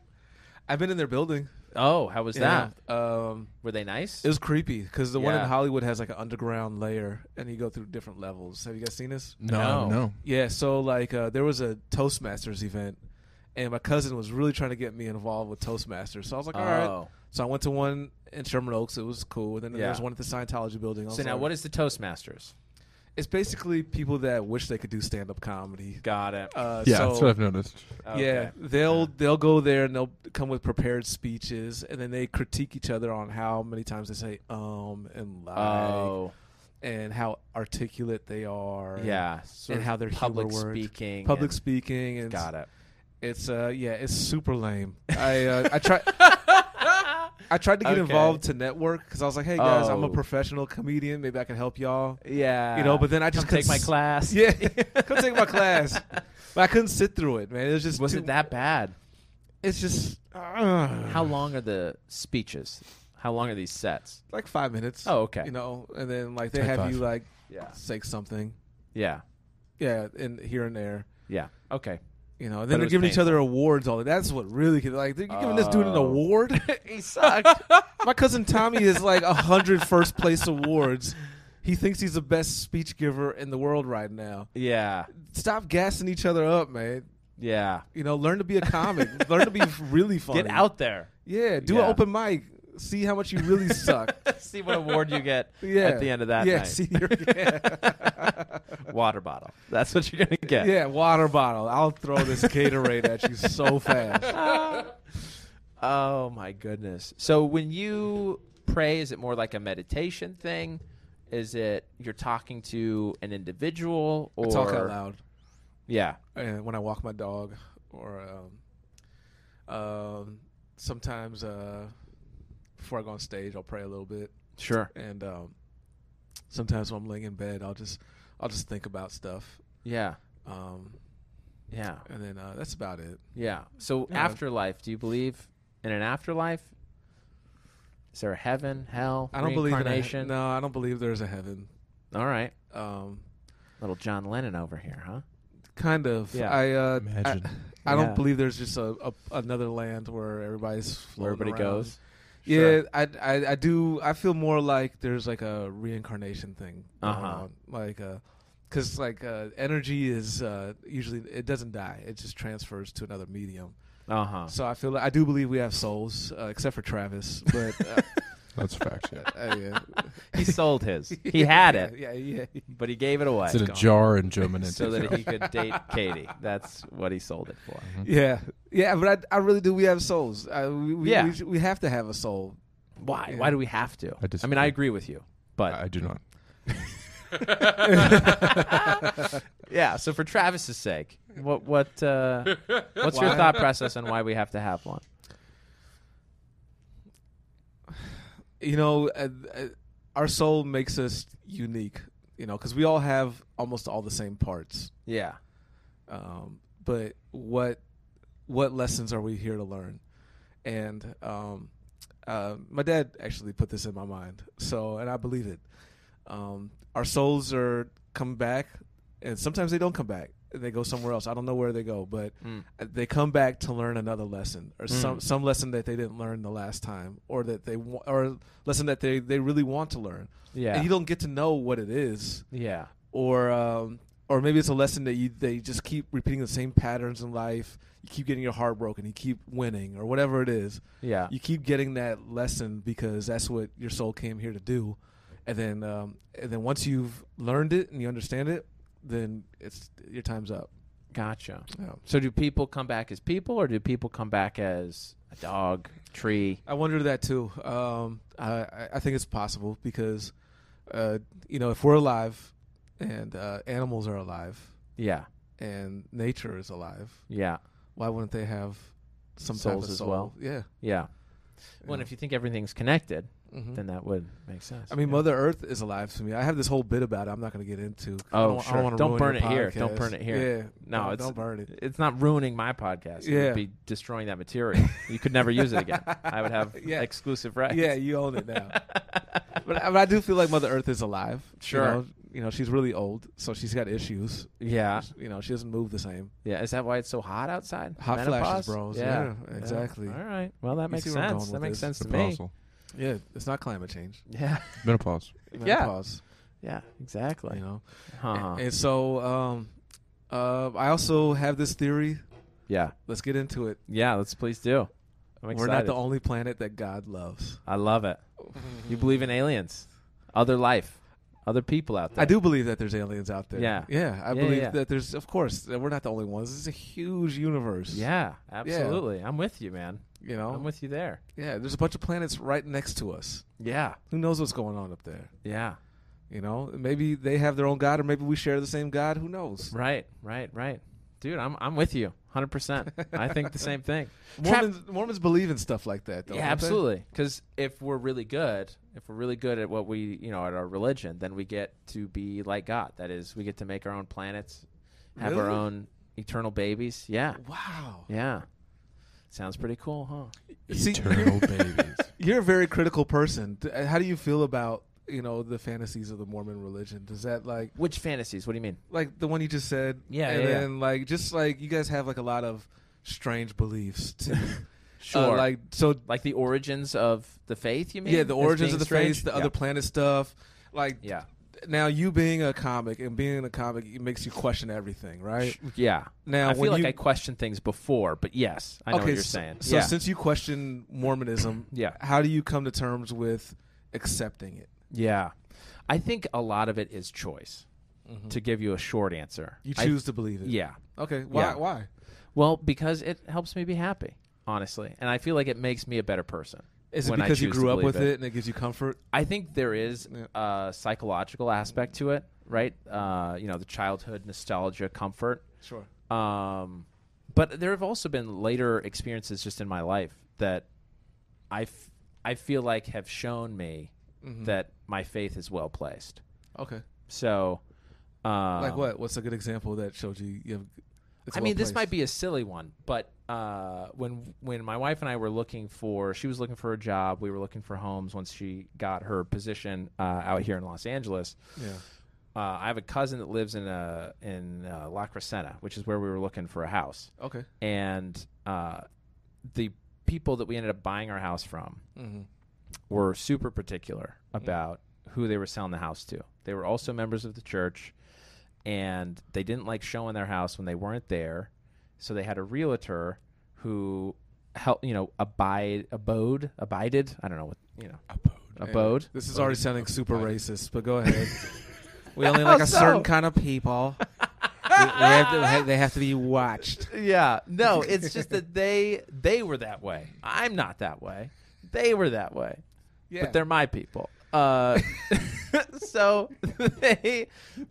Speaker 3: I've been in their building.
Speaker 2: Oh, how was that?
Speaker 3: Yeah. Um,
Speaker 2: Were they nice?
Speaker 3: it was creepy because the one
Speaker 2: Yeah.
Speaker 3: in Hollywood has like an underground layer, and you go through different levels. Have you guys seen this?
Speaker 4: No,
Speaker 2: No.
Speaker 4: no.
Speaker 3: Yeah, so like uh, there was a Toastmasters event, and my cousin was really trying to get me involved with Toastmasters. So I was like, all right.
Speaker 2: Oh.
Speaker 3: So I went to one in Sherman Oaks. It was cool. And then
Speaker 2: Yeah.
Speaker 3: there was one at the Scientology building. I
Speaker 2: So
Speaker 3: was
Speaker 2: now,
Speaker 3: like-
Speaker 2: what is the Toastmasters?
Speaker 3: It's basically people that wish they could do stand up comedy.
Speaker 2: Got it.
Speaker 3: Uh,
Speaker 4: Yeah,
Speaker 3: so-
Speaker 4: that's what I've noticed.
Speaker 3: yeah, they'll they'll go there and they'll come with prepared speeches, and then they critique each other on how many times they say um and like
Speaker 2: Oh,
Speaker 3: and how articulate they are.
Speaker 2: yeah. Sort
Speaker 3: and
Speaker 2: of
Speaker 3: how their humor
Speaker 2: public
Speaker 3: works.
Speaker 2: speaking.
Speaker 3: Public
Speaker 2: and-
Speaker 3: speaking and
Speaker 2: Got it.
Speaker 3: It's uh yeah, it's super lame. I uh, I try I tried to get
Speaker 2: Okay.
Speaker 3: involved to network because I was like, hey guys, I'm a
Speaker 2: Oh.
Speaker 3: professional comedian. Maybe I can help y'all.
Speaker 2: yeah.
Speaker 3: You know, but then I just
Speaker 2: Come take my
Speaker 3: cons-
Speaker 2: class.
Speaker 3: Yeah, come take my class. But I couldn't sit through it, man. It was just
Speaker 2: Was
Speaker 3: too-
Speaker 2: it that bad?
Speaker 3: It's just uh,
Speaker 2: How long are the speeches? How long are these sets?
Speaker 3: like five minutes.
Speaker 2: Oh, okay.
Speaker 3: You know, and then like they
Speaker 4: High
Speaker 3: have
Speaker 4: five.
Speaker 3: you like
Speaker 2: Yeah.
Speaker 3: say something.
Speaker 2: Yeah.
Speaker 3: Yeah, and here and there.
Speaker 2: Yeah. Okay.
Speaker 3: You know, and
Speaker 2: But
Speaker 3: then
Speaker 2: it
Speaker 3: they're
Speaker 2: was
Speaker 3: giving each
Speaker 2: painful.
Speaker 3: other awards. All that. that's what really could, like they're giving this dude an
Speaker 2: Oh.
Speaker 3: award.
Speaker 2: he sucked.
Speaker 3: My cousin Tommy is like a hundred first place awards. He thinks he's the best speech giver in the world right now.
Speaker 2: yeah.
Speaker 3: Stop gassing each other up, man.
Speaker 2: Yeah.
Speaker 3: You know, learn to be a comic. learn to be really funny.
Speaker 2: Get out there.
Speaker 3: Yeah, do
Speaker 2: Yeah.
Speaker 3: an open mic. See how much you really suck.
Speaker 2: see what award you get
Speaker 3: Yeah.
Speaker 2: at the end of that
Speaker 3: yeah,
Speaker 2: night.
Speaker 3: see your- yeah.
Speaker 2: Water bottle. That's what you're gonna get.
Speaker 3: yeah, water bottle. I'll throw this Gatorade at you so fast.
Speaker 2: Oh my goodness. So when you pray, is it more like a meditation thing? Is it you're talking to an individual or
Speaker 3: Talk out loud.
Speaker 2: Yeah.
Speaker 3: and when I walk my dog, or um, um, sometimes uh, before I go on stage, I'll pray a little bit,
Speaker 2: Sure.
Speaker 3: and um, sometimes when I'm laying in bed, I'll just I'll just think about stuff,
Speaker 2: Yeah.
Speaker 3: um,
Speaker 2: Yeah.
Speaker 3: and then uh, that's about it.
Speaker 2: Yeah. So
Speaker 3: Yeah.
Speaker 2: afterlife, do you believe in an afterlife? Is there a heaven, hell,
Speaker 3: I don't believe in a, he-
Speaker 2: reincarnation?
Speaker 3: no, I don't believe there's a heaven.
Speaker 2: All right.
Speaker 3: Um,
Speaker 2: Little John Lennon over here, huh?
Speaker 3: kind of.
Speaker 2: Yeah.
Speaker 3: I uh,
Speaker 4: Imagine.
Speaker 3: I, I don't
Speaker 2: Yeah.
Speaker 3: believe there's just a, a another land where everybody's
Speaker 2: Where
Speaker 3: floating
Speaker 2: everybody
Speaker 3: around.
Speaker 2: goes.
Speaker 3: Yeah, I, I I do. I feel more like there's like a reincarnation thing. going
Speaker 2: Uh-huh.
Speaker 3: on. Like, uh, cause like uh, energy is uh, usually it doesn't die. It just transfers to another medium.
Speaker 2: Uh huh.
Speaker 3: So I feel like I do believe we have souls, uh, except for Travis. But uh,
Speaker 4: That's a fact. Yeah.
Speaker 3: uh, yeah.
Speaker 2: He sold his. He had it,
Speaker 3: Yeah, yeah. yeah.
Speaker 2: but he gave it away
Speaker 4: It's in a jar in German.
Speaker 2: so that he could date Katie. That's what he sold it for.
Speaker 3: Yeah, yeah, but I, I really do. We have souls. Uh, we, we,
Speaker 2: Yeah.
Speaker 3: we, sh- we have to have a soul.
Speaker 2: Why?
Speaker 3: Yeah.
Speaker 2: Why do we have to?
Speaker 4: I
Speaker 2: I,
Speaker 4: disagree.
Speaker 2: mean, I agree with you, but
Speaker 4: I do not.
Speaker 2: yeah. So for Travis's sake, what what uh, what's your
Speaker 3: Why?
Speaker 2: thought process on why we have to have one?
Speaker 3: you know, uh, uh, our soul makes us unique. You know, because we all have almost all the same parts.
Speaker 2: Yeah.
Speaker 3: Um, but what what lessons are we here to learn? And um, uh, my dad actually put this in my mind, so and I believe it. Um, our souls are come back, and sometimes they don't come back. They go somewhere else. I don't know where they go, but
Speaker 2: Mm.
Speaker 3: they come back to learn another lesson or some some lesson that they didn't learn the last time, or that they wa- or lesson that they they really want to learn.
Speaker 2: Yeah.
Speaker 3: And you don't get to know what it is
Speaker 2: yeah.
Speaker 3: or um, or maybe it's a lesson that you they just keep repeating the same patterns in life. You keep getting your heart broken. You keep winning, or whatever it is.
Speaker 2: Yeah.
Speaker 3: You keep getting that lesson because that's what your soul came here to do. And then um, and then once you've learned it and you understand it, then it's your time's up.
Speaker 2: Gotcha.
Speaker 3: Yeah.
Speaker 2: So do people come back as people, or do people come back as a dog, tree?
Speaker 3: I wonder that too. Um, I- I, I think it's possible because, uh, you know, if we're alive, and uh, animals are alive,
Speaker 2: Yeah.
Speaker 3: and nature is alive,
Speaker 2: Yeah.
Speaker 3: why wouldn't they have some
Speaker 2: Souls
Speaker 3: type of
Speaker 2: as
Speaker 3: soul?
Speaker 2: well.
Speaker 3: Yeah.
Speaker 2: Yeah. Well, and if you think everything's connected,
Speaker 3: Mhm.
Speaker 2: then that would make sense.
Speaker 3: I mean,
Speaker 2: Yeah.
Speaker 3: Mother Earth is alive to me. I have this whole bit about it. I'm not going to get into. I
Speaker 2: Oh,
Speaker 3: don't,
Speaker 2: sure.
Speaker 3: want to
Speaker 2: Don't burn it here. Don't burn it here.
Speaker 3: Yeah.
Speaker 2: No,
Speaker 3: don't,
Speaker 2: it's-
Speaker 3: don't burn it.
Speaker 2: it's not ruining my podcast. It
Speaker 3: Yeah.
Speaker 2: would be destroying that material. you could never use it again. I would have
Speaker 3: Yeah.
Speaker 2: exclusive rights.
Speaker 3: Yeah, you own it now. but, I- but I do feel like Mother Earth is alive. you
Speaker 2: Sure.
Speaker 3: know? you know, she's really old, so she's got issues.
Speaker 2: Yeah.
Speaker 3: You know, she doesn't move the same.
Speaker 2: Yeah. Is that why it's so hot outside?
Speaker 3: Hot
Speaker 2: Menopause?
Speaker 3: flashes, bros. Yeah, exactly.
Speaker 2: All right. Well, that
Speaker 3: You
Speaker 2: makes
Speaker 3: see where I'm
Speaker 2: sense.
Speaker 3: going
Speaker 2: That
Speaker 3: with
Speaker 2: makes
Speaker 3: this.
Speaker 2: sense to me.
Speaker 4: Menopausal.
Speaker 3: Yeah, it's not climate change.
Speaker 2: Yeah.
Speaker 4: Menopause.
Speaker 3: Menopause,
Speaker 2: Yeah. Exactly.
Speaker 3: you know.
Speaker 2: Huh.
Speaker 3: And, and so, um, uh, I also have this theory.
Speaker 2: yeah.
Speaker 3: Let's get into it.
Speaker 2: Yeah. Let's please do. I'm
Speaker 3: We're
Speaker 2: excited.
Speaker 3: not the only planet that God loves.
Speaker 2: I love it. You believe in aliens, other life, other people out there.
Speaker 3: I do believe that there's aliens out there.
Speaker 2: Yeah.
Speaker 3: Yeah. I
Speaker 2: Yeah,
Speaker 3: believe
Speaker 2: yeah.
Speaker 3: that there's, of course, that we're not the only ones. It's a huge universe.
Speaker 2: Yeah. Absolutely. I'm with you, man.
Speaker 3: You know?
Speaker 2: I'm with you there.
Speaker 3: yeah. There's a bunch of planets right next to us.
Speaker 2: Yeah.
Speaker 3: Who knows what's going on up there?
Speaker 2: Yeah.
Speaker 3: You know? Maybe they have their own God or maybe we share the same God. Who knows?
Speaker 2: Right, right, right. Dude, I'm I'm with you. hundred percent. I think the same thing. Trap-
Speaker 3: Mormons, Mormons believe in stuff like that, though.
Speaker 2: yeah,
Speaker 3: don't they?
Speaker 2: absolutely. Because if we're really good, if we're really good at what we, you know, at our religion, then we get to be like God. That is, we get to make our own planets, have our
Speaker 3: Really?
Speaker 2: own eternal babies. Yeah,
Speaker 3: Wow.
Speaker 2: yeah. Sounds pretty cool, huh?
Speaker 3: See-
Speaker 4: Eternal babies.
Speaker 3: You're a very critical person. D- How do you feel about you know the fantasies of the Mormon religion? Does that like
Speaker 2: Which fantasies? What do you mean?
Speaker 3: like the one you just said?
Speaker 2: Yeah,
Speaker 3: and
Speaker 2: yeah, yeah.
Speaker 3: then like just like you guys have like a lot of strange beliefs. Too.
Speaker 2: Sure.
Speaker 3: Uh, like so.
Speaker 2: Like the origins of the faith? You mean?
Speaker 3: Yeah, the
Speaker 2: As
Speaker 3: origins
Speaker 2: being
Speaker 3: of the
Speaker 2: strange?
Speaker 3: faith, the
Speaker 2: Yeah.
Speaker 3: other planet stuff. Like
Speaker 2: Yeah.
Speaker 3: now, you being a comic and being a comic, it makes you question everything, right?
Speaker 2: Yeah.
Speaker 3: Now,
Speaker 2: I feel
Speaker 3: when
Speaker 2: like
Speaker 3: you-
Speaker 2: I questioned things before, but yes, I know what you're
Speaker 3: so,
Speaker 2: saying.
Speaker 3: So
Speaker 2: yeah.
Speaker 3: since you question Mormonism,
Speaker 2: Yeah.
Speaker 3: how do you come to terms with accepting it?
Speaker 2: yeah. I think a lot of it is choice. To give you a short
Speaker 3: Mm.
Speaker 2: answer,
Speaker 3: You
Speaker 2: Mm-hmm. I-
Speaker 3: choose to believe it.
Speaker 2: yeah.
Speaker 3: Okay. Why?
Speaker 2: Yeah.
Speaker 3: Why?
Speaker 2: Well, because it helps me be happy, honestly, and I feel like it makes me a better person.
Speaker 3: Is it
Speaker 2: when I
Speaker 3: because you
Speaker 2: choose to
Speaker 3: grew up
Speaker 2: believe
Speaker 3: with it. and it gives you comfort?
Speaker 2: I think there is
Speaker 3: Yeah.
Speaker 2: a psychological aspect to it, right? Uh, you know, the childhood nostalgia, comfort.
Speaker 3: Sure.
Speaker 2: Um, but there have also been later experiences just in my life that I, f- I feel like have shown me
Speaker 3: Mm.
Speaker 2: that my faith is well placed.
Speaker 3: Mm-hmm. Okay.
Speaker 2: So, um,
Speaker 3: Like what? What's a good example that showed you you have? It's
Speaker 2: I mean, this might be a silly one, but uh, when when my wife and I were looking for, she was looking for a job. We were looking for homes once she got her position uh, out here in Los Angeles.
Speaker 3: Yeah.
Speaker 2: Uh, I have a cousin that lives in uh in uh, La Crescenta, which is where we were looking for a house,
Speaker 3: Okay.
Speaker 2: and uh, the people that we ended up buying our house from
Speaker 3: Mm-hmm.
Speaker 2: were super particular about who they were selling the house to. They were also members of the church, and they didn't like showing their house when they weren't there. So they had a realtor who helped, you know, abide, abode, abided. I don't know what you know, abode.
Speaker 3: This is already sounding super racist, but go ahead. Oh, we
Speaker 2: only like a certain
Speaker 3: kind of people. we, have to, they have to be watched.
Speaker 2: Yeah, no, it's just that they they were that way. I'm not that way. They were that way.
Speaker 3: Yeah.
Speaker 2: but they're my people. Uh, so they,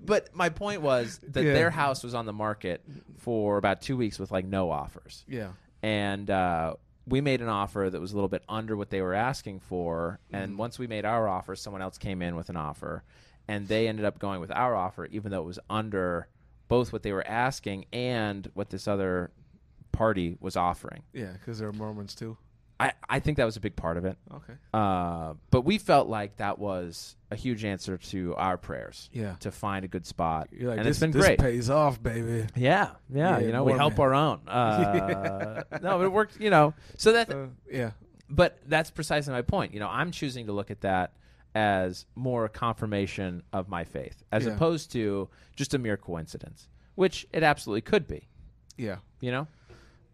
Speaker 2: but my point was that
Speaker 3: Yeah.
Speaker 2: their house was on the market for about two weeks with like no offers,
Speaker 3: yeah.
Speaker 2: and uh, we made an offer that was a little bit under what they were asking for. And
Speaker 3: Mm-hmm.
Speaker 2: once we made our offer, someone else came in with an offer, and they ended up going with our offer, even though it was under both what they were asking and what this other party was offering.
Speaker 3: Yeah, because they're Mormons too.
Speaker 2: I, I think that was a big part of it.
Speaker 3: Okay.
Speaker 2: Uh, but we felt like that was a huge answer to our prayers.
Speaker 3: Yeah.
Speaker 2: To find a good spot.
Speaker 3: You're like,
Speaker 2: and
Speaker 3: this,
Speaker 2: it's been
Speaker 3: this
Speaker 2: great.
Speaker 3: pays off, baby.
Speaker 2: yeah,
Speaker 3: Yeah,
Speaker 2: yeah, You know, we
Speaker 3: more
Speaker 2: help
Speaker 3: man.
Speaker 2: our own. Uh, No, but it worked, you know. So that,
Speaker 3: Uh, yeah.
Speaker 2: but that's precisely my point. You know, I'm choosing to look at that as more a confirmation of my faith as
Speaker 3: Yeah.
Speaker 2: opposed to just a mere coincidence, which it absolutely could be,
Speaker 3: Yeah.
Speaker 2: you know?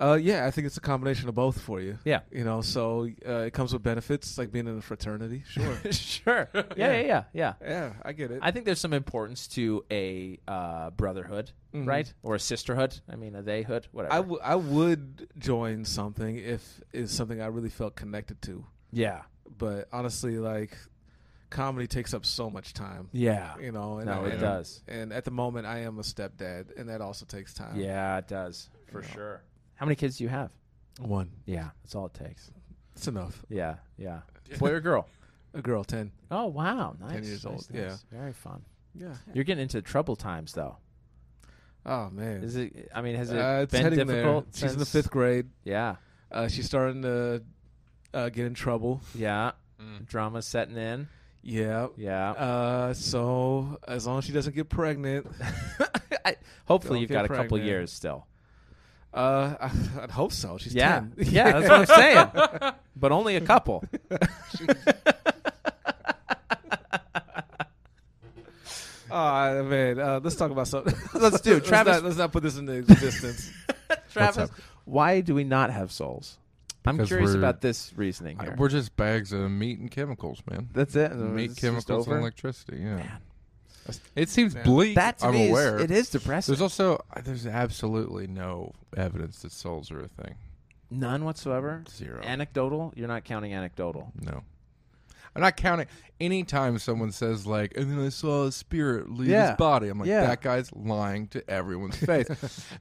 Speaker 3: Uh, yeah, I think it's a combination of both for you.
Speaker 2: Yeah.
Speaker 3: You know, so uh, it comes with benefits like being in a fraternity. Sure.
Speaker 2: sure. Yeah, yeah, yeah, yeah.
Speaker 3: yeah, I get it.
Speaker 2: I think there's some importance to a uh, brotherhood,
Speaker 3: Mm-hmm.
Speaker 2: right? Or a sisterhood. I mean, a theyhood, whatever.
Speaker 3: I, w- I would join something if it's something I really felt connected to.
Speaker 2: yeah.
Speaker 3: But honestly, like comedy takes up so much time.
Speaker 2: Yeah.
Speaker 3: You know, and
Speaker 2: No,
Speaker 3: I
Speaker 2: it
Speaker 3: am-
Speaker 2: does.
Speaker 3: And at the moment, I am a stepdad, and that also takes time.
Speaker 2: Yeah, it does. For
Speaker 3: Yeah.
Speaker 2: sure. How many kids do you have?
Speaker 3: one.
Speaker 2: Yeah, that's all it takes.
Speaker 3: It's enough.
Speaker 2: Yeah, yeah. Boy or girl?
Speaker 3: A girl, ten.
Speaker 2: Oh, wow. Nice.
Speaker 3: years
Speaker 2: nice,
Speaker 3: old,
Speaker 2: nice. Very fun.
Speaker 3: Yeah.
Speaker 2: You're getting into trouble times, though.
Speaker 3: Oh man.
Speaker 2: Is it, I mean, has it
Speaker 3: Uh, it's
Speaker 2: been
Speaker 3: heading there.
Speaker 2: difficult?
Speaker 3: She's in the
Speaker 2: since-
Speaker 3: fifth grade.
Speaker 2: Yeah,
Speaker 3: Uh, she's starting to uh, get in trouble.
Speaker 2: yeah.
Speaker 4: Mm.
Speaker 2: Drama's setting in.
Speaker 3: Yeah.
Speaker 2: Yeah.
Speaker 3: Uh, so as long as she doesn't get pregnant,
Speaker 2: I, hopefully,
Speaker 3: Uh, Don't
Speaker 2: you've
Speaker 3: get
Speaker 2: got a couple
Speaker 3: pregnant.
Speaker 2: years still.
Speaker 3: uh, I, I'd hope so. She's
Speaker 2: yeah,
Speaker 3: ten.
Speaker 2: yeah, that's what I'm saying. But only a couple.
Speaker 3: Oh man, uh, let's talk about something.
Speaker 2: Let's do
Speaker 3: let's
Speaker 2: Travis.
Speaker 3: Not, let's not put this into existence.
Speaker 2: Travis,
Speaker 4: What's
Speaker 2: why do we not have souls? I'm
Speaker 4: Because
Speaker 2: curious
Speaker 4: we're-
Speaker 2: about this reasoning
Speaker 4: I-
Speaker 2: here.
Speaker 4: We're just bags of meat and chemicals, man.
Speaker 2: That's it.
Speaker 4: meat,
Speaker 2: It's just
Speaker 4: chemicals,
Speaker 2: over?
Speaker 4: and electricity. Yeah,
Speaker 2: Man.
Speaker 4: it seems
Speaker 3: Yeah.
Speaker 4: bleak.
Speaker 2: That to
Speaker 4: I'm
Speaker 2: me is-
Speaker 4: aware.
Speaker 2: it is depressing.
Speaker 4: There's also uh, there's absolutely no evidence that souls are a thing.
Speaker 2: None whatsoever.
Speaker 4: Zero.
Speaker 2: Anecdotal. You're not counting anecdotal.
Speaker 4: no. I'm not counting. Anytime someone says like, and then I saw a spirit leave
Speaker 3: Yeah.
Speaker 4: his body, I'm like,
Speaker 3: Yeah.
Speaker 4: that guy's lying to everyone's face.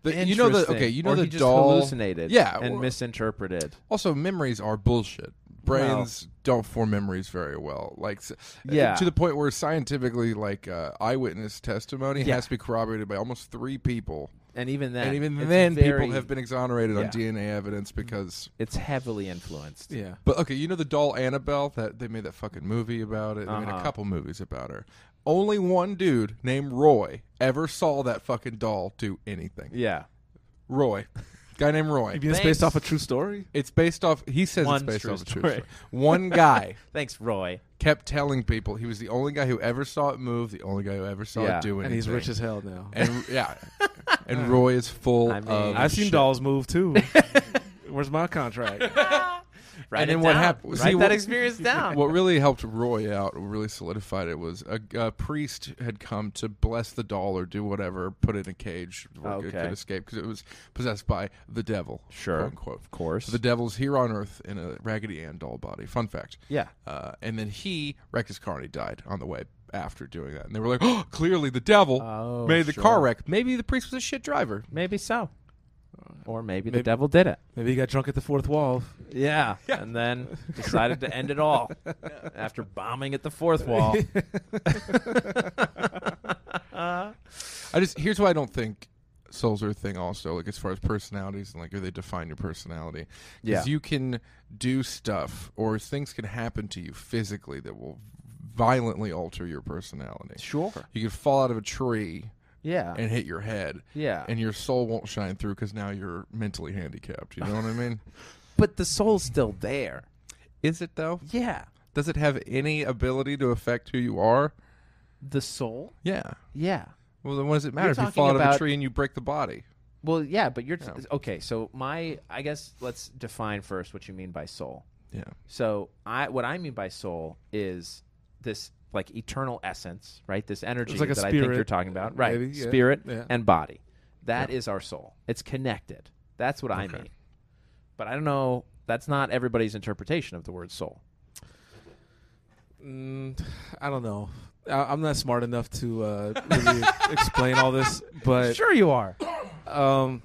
Speaker 4: The- you know the
Speaker 2: Interesting.
Speaker 4: okay, you know
Speaker 2: or
Speaker 4: the
Speaker 2: he just
Speaker 4: doll.
Speaker 2: hallucinated,
Speaker 4: Yeah,
Speaker 2: and
Speaker 4: or-
Speaker 2: misinterpreted.
Speaker 4: Also, memories are bullshit. Brains don't form memories very well. Like, s- uh,
Speaker 2: Yeah.
Speaker 4: to the point where scientifically, like uh, eyewitness testimony
Speaker 2: Yeah.
Speaker 4: has to be corroborated by almost three people,
Speaker 2: And even then,
Speaker 4: and even
Speaker 2: it's
Speaker 4: then,
Speaker 2: very-
Speaker 4: people have been exonerated
Speaker 2: Yeah.
Speaker 4: on DNA evidence because.
Speaker 2: It's heavily influenced.
Speaker 3: Yeah.
Speaker 4: But okay, you know the doll Annabelle that they made that fucking movie about it. They made
Speaker 2: Uh-huh.
Speaker 4: a couple movies about her. Only one dude named Roy ever saw that fucking doll do anything.
Speaker 2: Yeah.
Speaker 4: Roy, guy named Roy.
Speaker 3: You mean it's
Speaker 2: Thanks.
Speaker 3: based off a true story?
Speaker 4: It's based off. He says
Speaker 2: One
Speaker 4: it's based
Speaker 2: true
Speaker 4: off a true
Speaker 2: story.
Speaker 4: story. One guy
Speaker 2: Thanks, Roy.
Speaker 4: kept telling people he was the only guy who ever saw it move, the only guy who ever saw
Speaker 2: Yeah.
Speaker 4: it do anything.
Speaker 3: And he's rich as hell now.
Speaker 4: and yeah, and Roy is full
Speaker 2: I mean-
Speaker 4: of.
Speaker 2: I
Speaker 3: I've seen
Speaker 4: shit.
Speaker 3: dolls move too. Where's my contract?
Speaker 2: Write
Speaker 4: And
Speaker 2: it
Speaker 4: then what
Speaker 2: down.
Speaker 4: hap-
Speaker 2: Write
Speaker 4: see,
Speaker 2: that
Speaker 4: what-
Speaker 2: experience down.
Speaker 4: What really helped Roy out, what really solidified it, was a, a priest had come to bless the doll or do whatever, put it in a cage where it
Speaker 2: Okay.
Speaker 4: could escape because it was possessed by the devil.
Speaker 2: Sure.
Speaker 4: quote unquote.
Speaker 2: of course.
Speaker 4: So the devil's here on Earth in a Raggedy Ann doll body. Fun fact.
Speaker 2: yeah.
Speaker 4: Uh, and then he, Rectus Carney, died on the way after doing that. And they were like, oh, clearly the devil
Speaker 2: Oh,
Speaker 4: made the
Speaker 2: sure.
Speaker 4: car wreck. Uh, Maybe the priest was a shit driver.
Speaker 2: Maybe so. Or maybe, the
Speaker 3: Maybe-
Speaker 2: devil did it.
Speaker 3: Maybe he got drunk at the fourth wall.
Speaker 2: Yeah. And then decided to end it all after bombing at the fourth wall.
Speaker 4: I just, here's why I don't think souls are a thing also, like as far as personalities and like, do they define your personality?
Speaker 2: Yeah.
Speaker 4: Because you can do stuff or things can happen to you physically that will violently alter your personality.
Speaker 2: sure.
Speaker 4: You could fall out of a tree
Speaker 2: Yeah.
Speaker 4: and hit your head.
Speaker 2: yeah.
Speaker 4: And your soul won't shine through because now you're mentally handicapped. You know what I mean?
Speaker 2: but the soul's still there.
Speaker 4: Is it though?
Speaker 2: Yeah.
Speaker 4: Does it have any ability to affect who you are?
Speaker 2: The soul?
Speaker 4: Yeah.
Speaker 2: Yeah.
Speaker 4: Well, then what does it matter if you
Speaker 2: talking
Speaker 4: fall out of
Speaker 2: about-
Speaker 4: a tree and you break the body?
Speaker 2: Well, yeah, but you're
Speaker 4: Yeah.
Speaker 2: okay. So my, I guess let's define first what you mean by soul.
Speaker 4: Yeah.
Speaker 2: So I, what I mean by soul is this like eternal essence, right? This energy
Speaker 3: It's like a
Speaker 2: that I think
Speaker 3: spirit,
Speaker 2: you're talking about, right?
Speaker 3: maybe, yeah,
Speaker 2: Spirit
Speaker 3: yeah.
Speaker 2: and body. That is our soul. It's connected. That's what I
Speaker 4: Okay.
Speaker 2: mean. But I don't know. That's not everybody's interpretation of the word soul.
Speaker 3: Mm, I don't know. I, I'm not smart enough to uh, really explain all this, but
Speaker 2: sure, you are.
Speaker 3: um,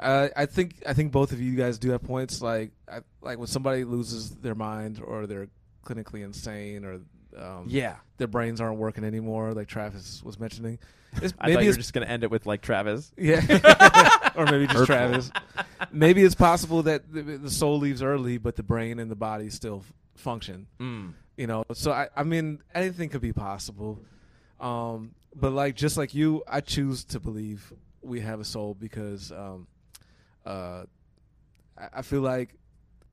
Speaker 3: I, I think I think both of you guys do have points. Like I, like when somebody loses their mind or they're clinically insane or um,
Speaker 2: Yeah.
Speaker 3: their brains aren't working anymore, like Travis was mentioning. It's,
Speaker 2: I thought you were
Speaker 3: it's
Speaker 2: just going to end it with like Travis.
Speaker 3: Yeah. or maybe just
Speaker 4: Hurtful.
Speaker 3: Travis. Maybe it's possible that the, the soul leaves early, but the brain and the body still f- function.
Speaker 2: Mm.
Speaker 3: You know, so I, I mean, anything could be possible. Um, but like, just like you, I choose to believe we have a soul because um, uh, I, I feel like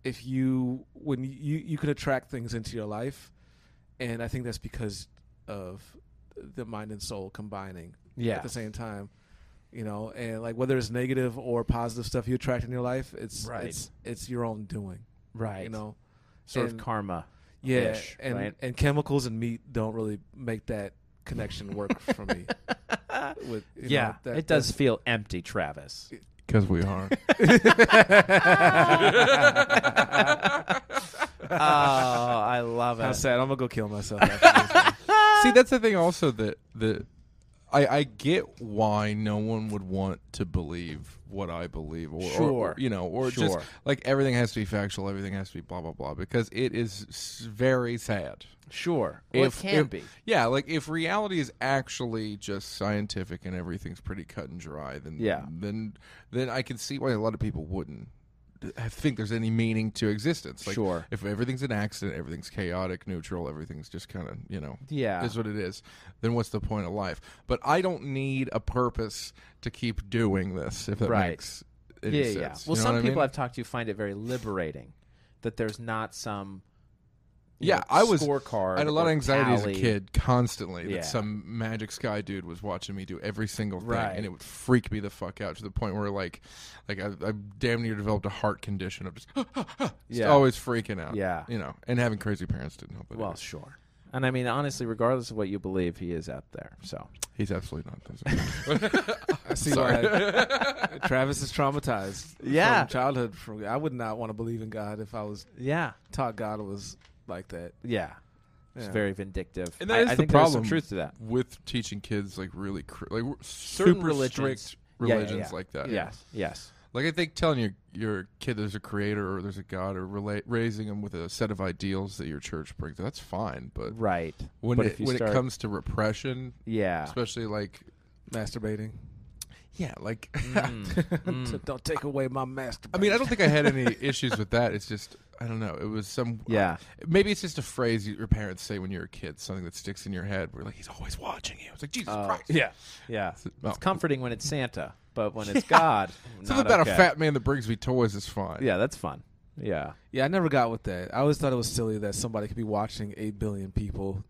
Speaker 3: if you when you you you can attract things into your life, and I think that's because of the mind and soul combining
Speaker 2: Yeah.
Speaker 3: at the same time. You know, and like whether it's negative or positive stuff you attract in your life, it's
Speaker 2: Right.
Speaker 3: it's it's your own doing.
Speaker 2: Right.
Speaker 3: You know,
Speaker 2: sort
Speaker 3: and-
Speaker 2: of karma.
Speaker 3: yeah,
Speaker 2: Ish,
Speaker 3: and
Speaker 2: right?
Speaker 3: and chemicals and meat don't really make that connection work for me. With you know,
Speaker 2: yeah.
Speaker 3: that-
Speaker 2: it does
Speaker 3: that's-
Speaker 2: feel empty, Travis.
Speaker 4: Because we are.
Speaker 2: oh, I love
Speaker 3: How
Speaker 2: it.
Speaker 3: sad! I'm gonna go kill myself. After
Speaker 4: See, that's the thing also that the I, I get why no one would want to believe what I believe or, or-
Speaker 2: Sure.
Speaker 4: you know or
Speaker 2: Sure.
Speaker 4: just like everything has to be factual, everything has to be blah blah blah because it is s- very sad.
Speaker 2: Sure. Well, it
Speaker 4: If-
Speaker 2: can
Speaker 4: if-
Speaker 2: be.
Speaker 4: Yeah, like if reality is actually just scientific and everything's pretty cut and dry, then
Speaker 2: Yeah.
Speaker 4: then then I can see why a lot of people wouldn't d- think there's any meaning to existence. Like
Speaker 2: Sure.
Speaker 4: if everything's an accident, everything's chaotic, neutral, everything's just kind of you know
Speaker 2: Yeah.
Speaker 4: is what it is. Then what's the point of life? But I don't need a purpose to keep doing this. If that
Speaker 2: Right.
Speaker 4: makes any
Speaker 2: yeah,
Speaker 4: sense.
Speaker 2: yeah.
Speaker 4: You
Speaker 2: Well, some
Speaker 4: know what I
Speaker 2: people
Speaker 4: mean?
Speaker 2: I've talked to find it very liberating that there's not some you
Speaker 4: Yeah,
Speaker 2: know,
Speaker 4: I was-
Speaker 2: scorecard.
Speaker 4: I had a lot
Speaker 2: or
Speaker 4: of anxiety as a
Speaker 2: tally.
Speaker 4: kid constantly
Speaker 2: Yeah.
Speaker 4: that some magic sky dude was watching me do every single thing,
Speaker 2: Right.
Speaker 4: and it would freak me the fuck out to the point where like, like I, I damn near developed a heart condition of just, just
Speaker 2: Yeah.
Speaker 4: always freaking out.
Speaker 2: Yeah.
Speaker 4: you know, and having crazy parents didn't help. It
Speaker 2: Well,
Speaker 4: well,
Speaker 2: sure. And I mean, honestly, regardless of what you believe, he is out there. So
Speaker 4: he's absolutely not.
Speaker 3: I see why Travis is traumatized.
Speaker 2: Yeah.
Speaker 3: from childhood. From I would not want to believe in God if I was
Speaker 2: yeah,
Speaker 3: taught God was like that.
Speaker 2: yeah. It's
Speaker 3: Yeah.
Speaker 2: very vindictive.
Speaker 4: And that
Speaker 2: I,
Speaker 4: is
Speaker 2: I
Speaker 4: the
Speaker 2: think there's some
Speaker 4: problem.
Speaker 2: truth to that.
Speaker 4: with teaching kids like really cr- like w-
Speaker 2: Certain
Speaker 4: super
Speaker 2: religions.
Speaker 4: strict
Speaker 2: Yeah, yeah,
Speaker 4: religions
Speaker 2: yeah.
Speaker 4: like that.
Speaker 2: Yes, yes.
Speaker 4: Like I think telling your your kid there's a creator or there's a god or relate, raising them with a set of ideals that your church brings that's fine. But
Speaker 2: Right.
Speaker 4: when
Speaker 2: but
Speaker 4: it,
Speaker 2: if you
Speaker 4: when
Speaker 2: start-
Speaker 4: it comes to repression,
Speaker 2: Yeah.
Speaker 4: especially like
Speaker 3: masturbating.
Speaker 4: yeah, like
Speaker 2: Mm.
Speaker 3: Don't take away my masturbation.
Speaker 4: I mean I don't think I had any issues with that. It's just I don't know. It was some
Speaker 2: yeah.
Speaker 4: Maybe it's just a phrase you- your parents say when you're a kid, something that sticks in your head. We're like, he's always watching you. It's like Jesus
Speaker 2: Oh,
Speaker 4: Christ.
Speaker 2: yeah. Yeah.
Speaker 4: Oh.
Speaker 2: It's comforting when it's Santa, but when it's God,
Speaker 4: Something
Speaker 2: not
Speaker 4: about
Speaker 2: okay.
Speaker 4: a fat man that brings me toys is fine.
Speaker 2: Yeah, that's fun. Yeah.
Speaker 3: Yeah, I never got with that. I always thought it was silly that somebody could be watching eight billion people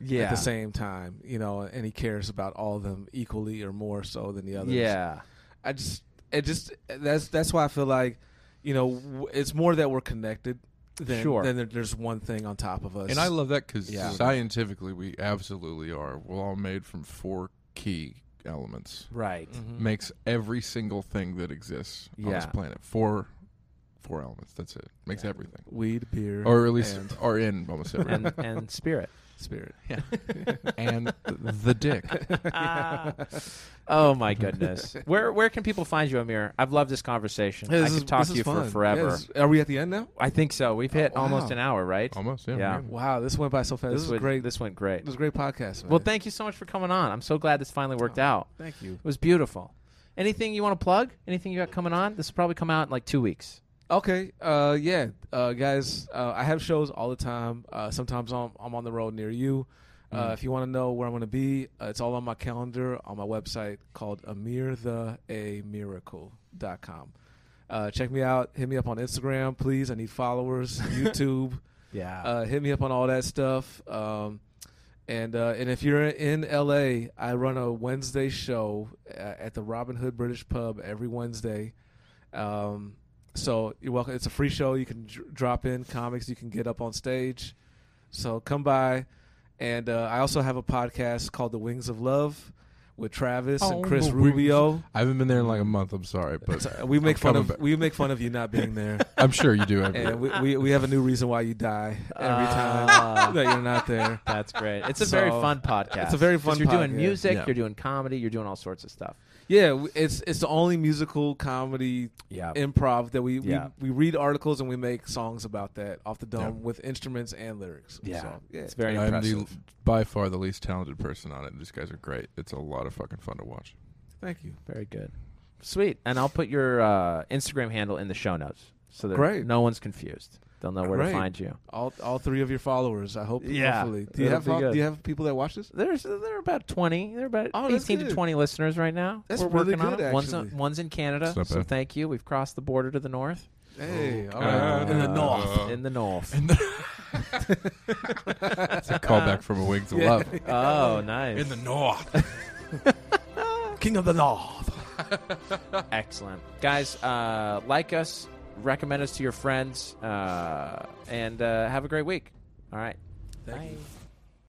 Speaker 2: Yeah.
Speaker 3: at the same time, you know, and he cares about all of them equally or more so than the others.
Speaker 2: Yeah.
Speaker 3: I just, it just that's that's why I feel like, you know, w- it's more that we're connected than
Speaker 2: Sure.
Speaker 3: than there- there's one thing on top of us.
Speaker 4: And I love that because
Speaker 3: Yeah.
Speaker 4: scientifically, we absolutely are. We're all made from four key elements.
Speaker 2: Right.
Speaker 3: Mhm.
Speaker 4: Makes every single thing that exists on this
Speaker 2: Yeah.
Speaker 4: planet four, four elements. That's it. Makes everything,
Speaker 3: weed, beer,
Speaker 4: or at least
Speaker 3: and
Speaker 4: are in almost everything.
Speaker 2: And and spirit.
Speaker 3: spirit.
Speaker 4: and the dick.
Speaker 2: oh my goodness. Where where can people find you, Amir? I've loved this conversation.
Speaker 3: Hey,
Speaker 2: I
Speaker 3: this
Speaker 2: could
Speaker 3: is-
Speaker 2: talk
Speaker 3: this
Speaker 2: to
Speaker 3: is
Speaker 2: you for
Speaker 3: fun.
Speaker 2: forever.
Speaker 3: Yeah, this- are we at the end now?
Speaker 2: I think so. We've hit almost
Speaker 3: wow.
Speaker 2: an hour, right?
Speaker 4: Almost, yeah.
Speaker 2: Yeah.
Speaker 4: man.
Speaker 3: Wow, this went by so fast. This, is
Speaker 2: went,
Speaker 3: great. This,
Speaker 2: This went great.
Speaker 3: was a great podcast. Man.
Speaker 2: Well, thank you so much for coming on. I'm so glad this finally worked out.
Speaker 3: Oh, thank you.
Speaker 2: It was beautiful. Anything you want to plug? Anything you got coming on? This will probably come out in like two weeks.
Speaker 3: Okay. Uh, yeah, uh, guys, uh, I have shows all the time. Uh, sometimes I'm, I'm on the road near you. Uh, If you want to know where I'm going to be, uh, it's all on my calendar on my website called amirtheamiracle.com. Uh, check me out. Hit me up on Instagram, please. I need followers. YouTube.
Speaker 2: Yeah.
Speaker 3: uh, hit me up on all that stuff. Um, and uh, and if you're in LA, I run a Wednesday show uh, at the Robin Hood British Pub every Wednesday. Um, so you're welcome. It's a free show. You can dr- drop in comics. You can get up on stage. So come by. And uh, I also have a podcast called The Wings of Love with Travis
Speaker 4: Oh,
Speaker 3: and Chris
Speaker 4: the wings.
Speaker 3: Rubio.
Speaker 4: I haven't been there in like a month. I'm sorry, but
Speaker 3: So we make
Speaker 4: I'm
Speaker 3: fun
Speaker 4: coming
Speaker 3: of
Speaker 4: back.
Speaker 3: we make fun of you not being there.
Speaker 4: I'm sure you do. Every
Speaker 3: And we, we, we have a new reason why you die every time
Speaker 2: Ah.
Speaker 3: that you're not there.
Speaker 2: That's great. It's a very
Speaker 3: So-
Speaker 2: fun podcast.
Speaker 3: It's a very
Speaker 2: 'Cause
Speaker 3: fun
Speaker 2: You're
Speaker 3: podcast.
Speaker 2: doing music,
Speaker 4: Yeah.
Speaker 2: you're doing comedy, you're doing all sorts of stuff.
Speaker 3: Yeah, w- it's it's the only musical comedy
Speaker 2: Yeah.
Speaker 3: improv that we,
Speaker 2: Oh. Yeah.
Speaker 3: we we read articles and we make songs about that off the dome
Speaker 4: Yeah.
Speaker 3: with instruments and lyrics.
Speaker 2: Yeah.
Speaker 3: So,
Speaker 2: It's very
Speaker 4: I'm the,
Speaker 2: impressive.
Speaker 4: by far the least talented person on it. These guys are great. It's a lot of fucking fun to watch.
Speaker 3: thank you.
Speaker 2: Very good. Sweet. And I'll put your uh, Instagram handle in the show notes so that
Speaker 3: Great.
Speaker 2: no one's confused. They'll know where
Speaker 3: Great.
Speaker 2: to find you.
Speaker 3: All all three of your followers. I hope.
Speaker 2: Yeah.
Speaker 3: Hopefully. Do you
Speaker 2: That'll
Speaker 3: have
Speaker 2: be
Speaker 3: fol-
Speaker 2: good.
Speaker 3: do you have people that watch this?
Speaker 2: There's there are about twenty. There are about
Speaker 3: Oh, that's
Speaker 2: eighteen to
Speaker 3: good.
Speaker 2: twenty listeners right now.
Speaker 3: That's
Speaker 2: We're
Speaker 3: really
Speaker 2: working on
Speaker 3: good,
Speaker 2: it. One's,
Speaker 3: actually.
Speaker 2: one's in Canada,
Speaker 4: It's not
Speaker 2: so
Speaker 4: bad.
Speaker 2: thank you. We've crossed the border to the north.
Speaker 3: Hey,
Speaker 2: Oh,
Speaker 3: all
Speaker 4: Uh,
Speaker 3: right. in the north.
Speaker 4: Uh,
Speaker 2: In the north.
Speaker 4: It's a callback from a Wings of Love.
Speaker 2: oh, nice.
Speaker 4: north.
Speaker 3: King of the north.
Speaker 2: Excellent. Guys, uh, like us, recommend us to your friends, uh, and uh, have a great week. All right.
Speaker 3: Thank you.
Speaker 2: Bye.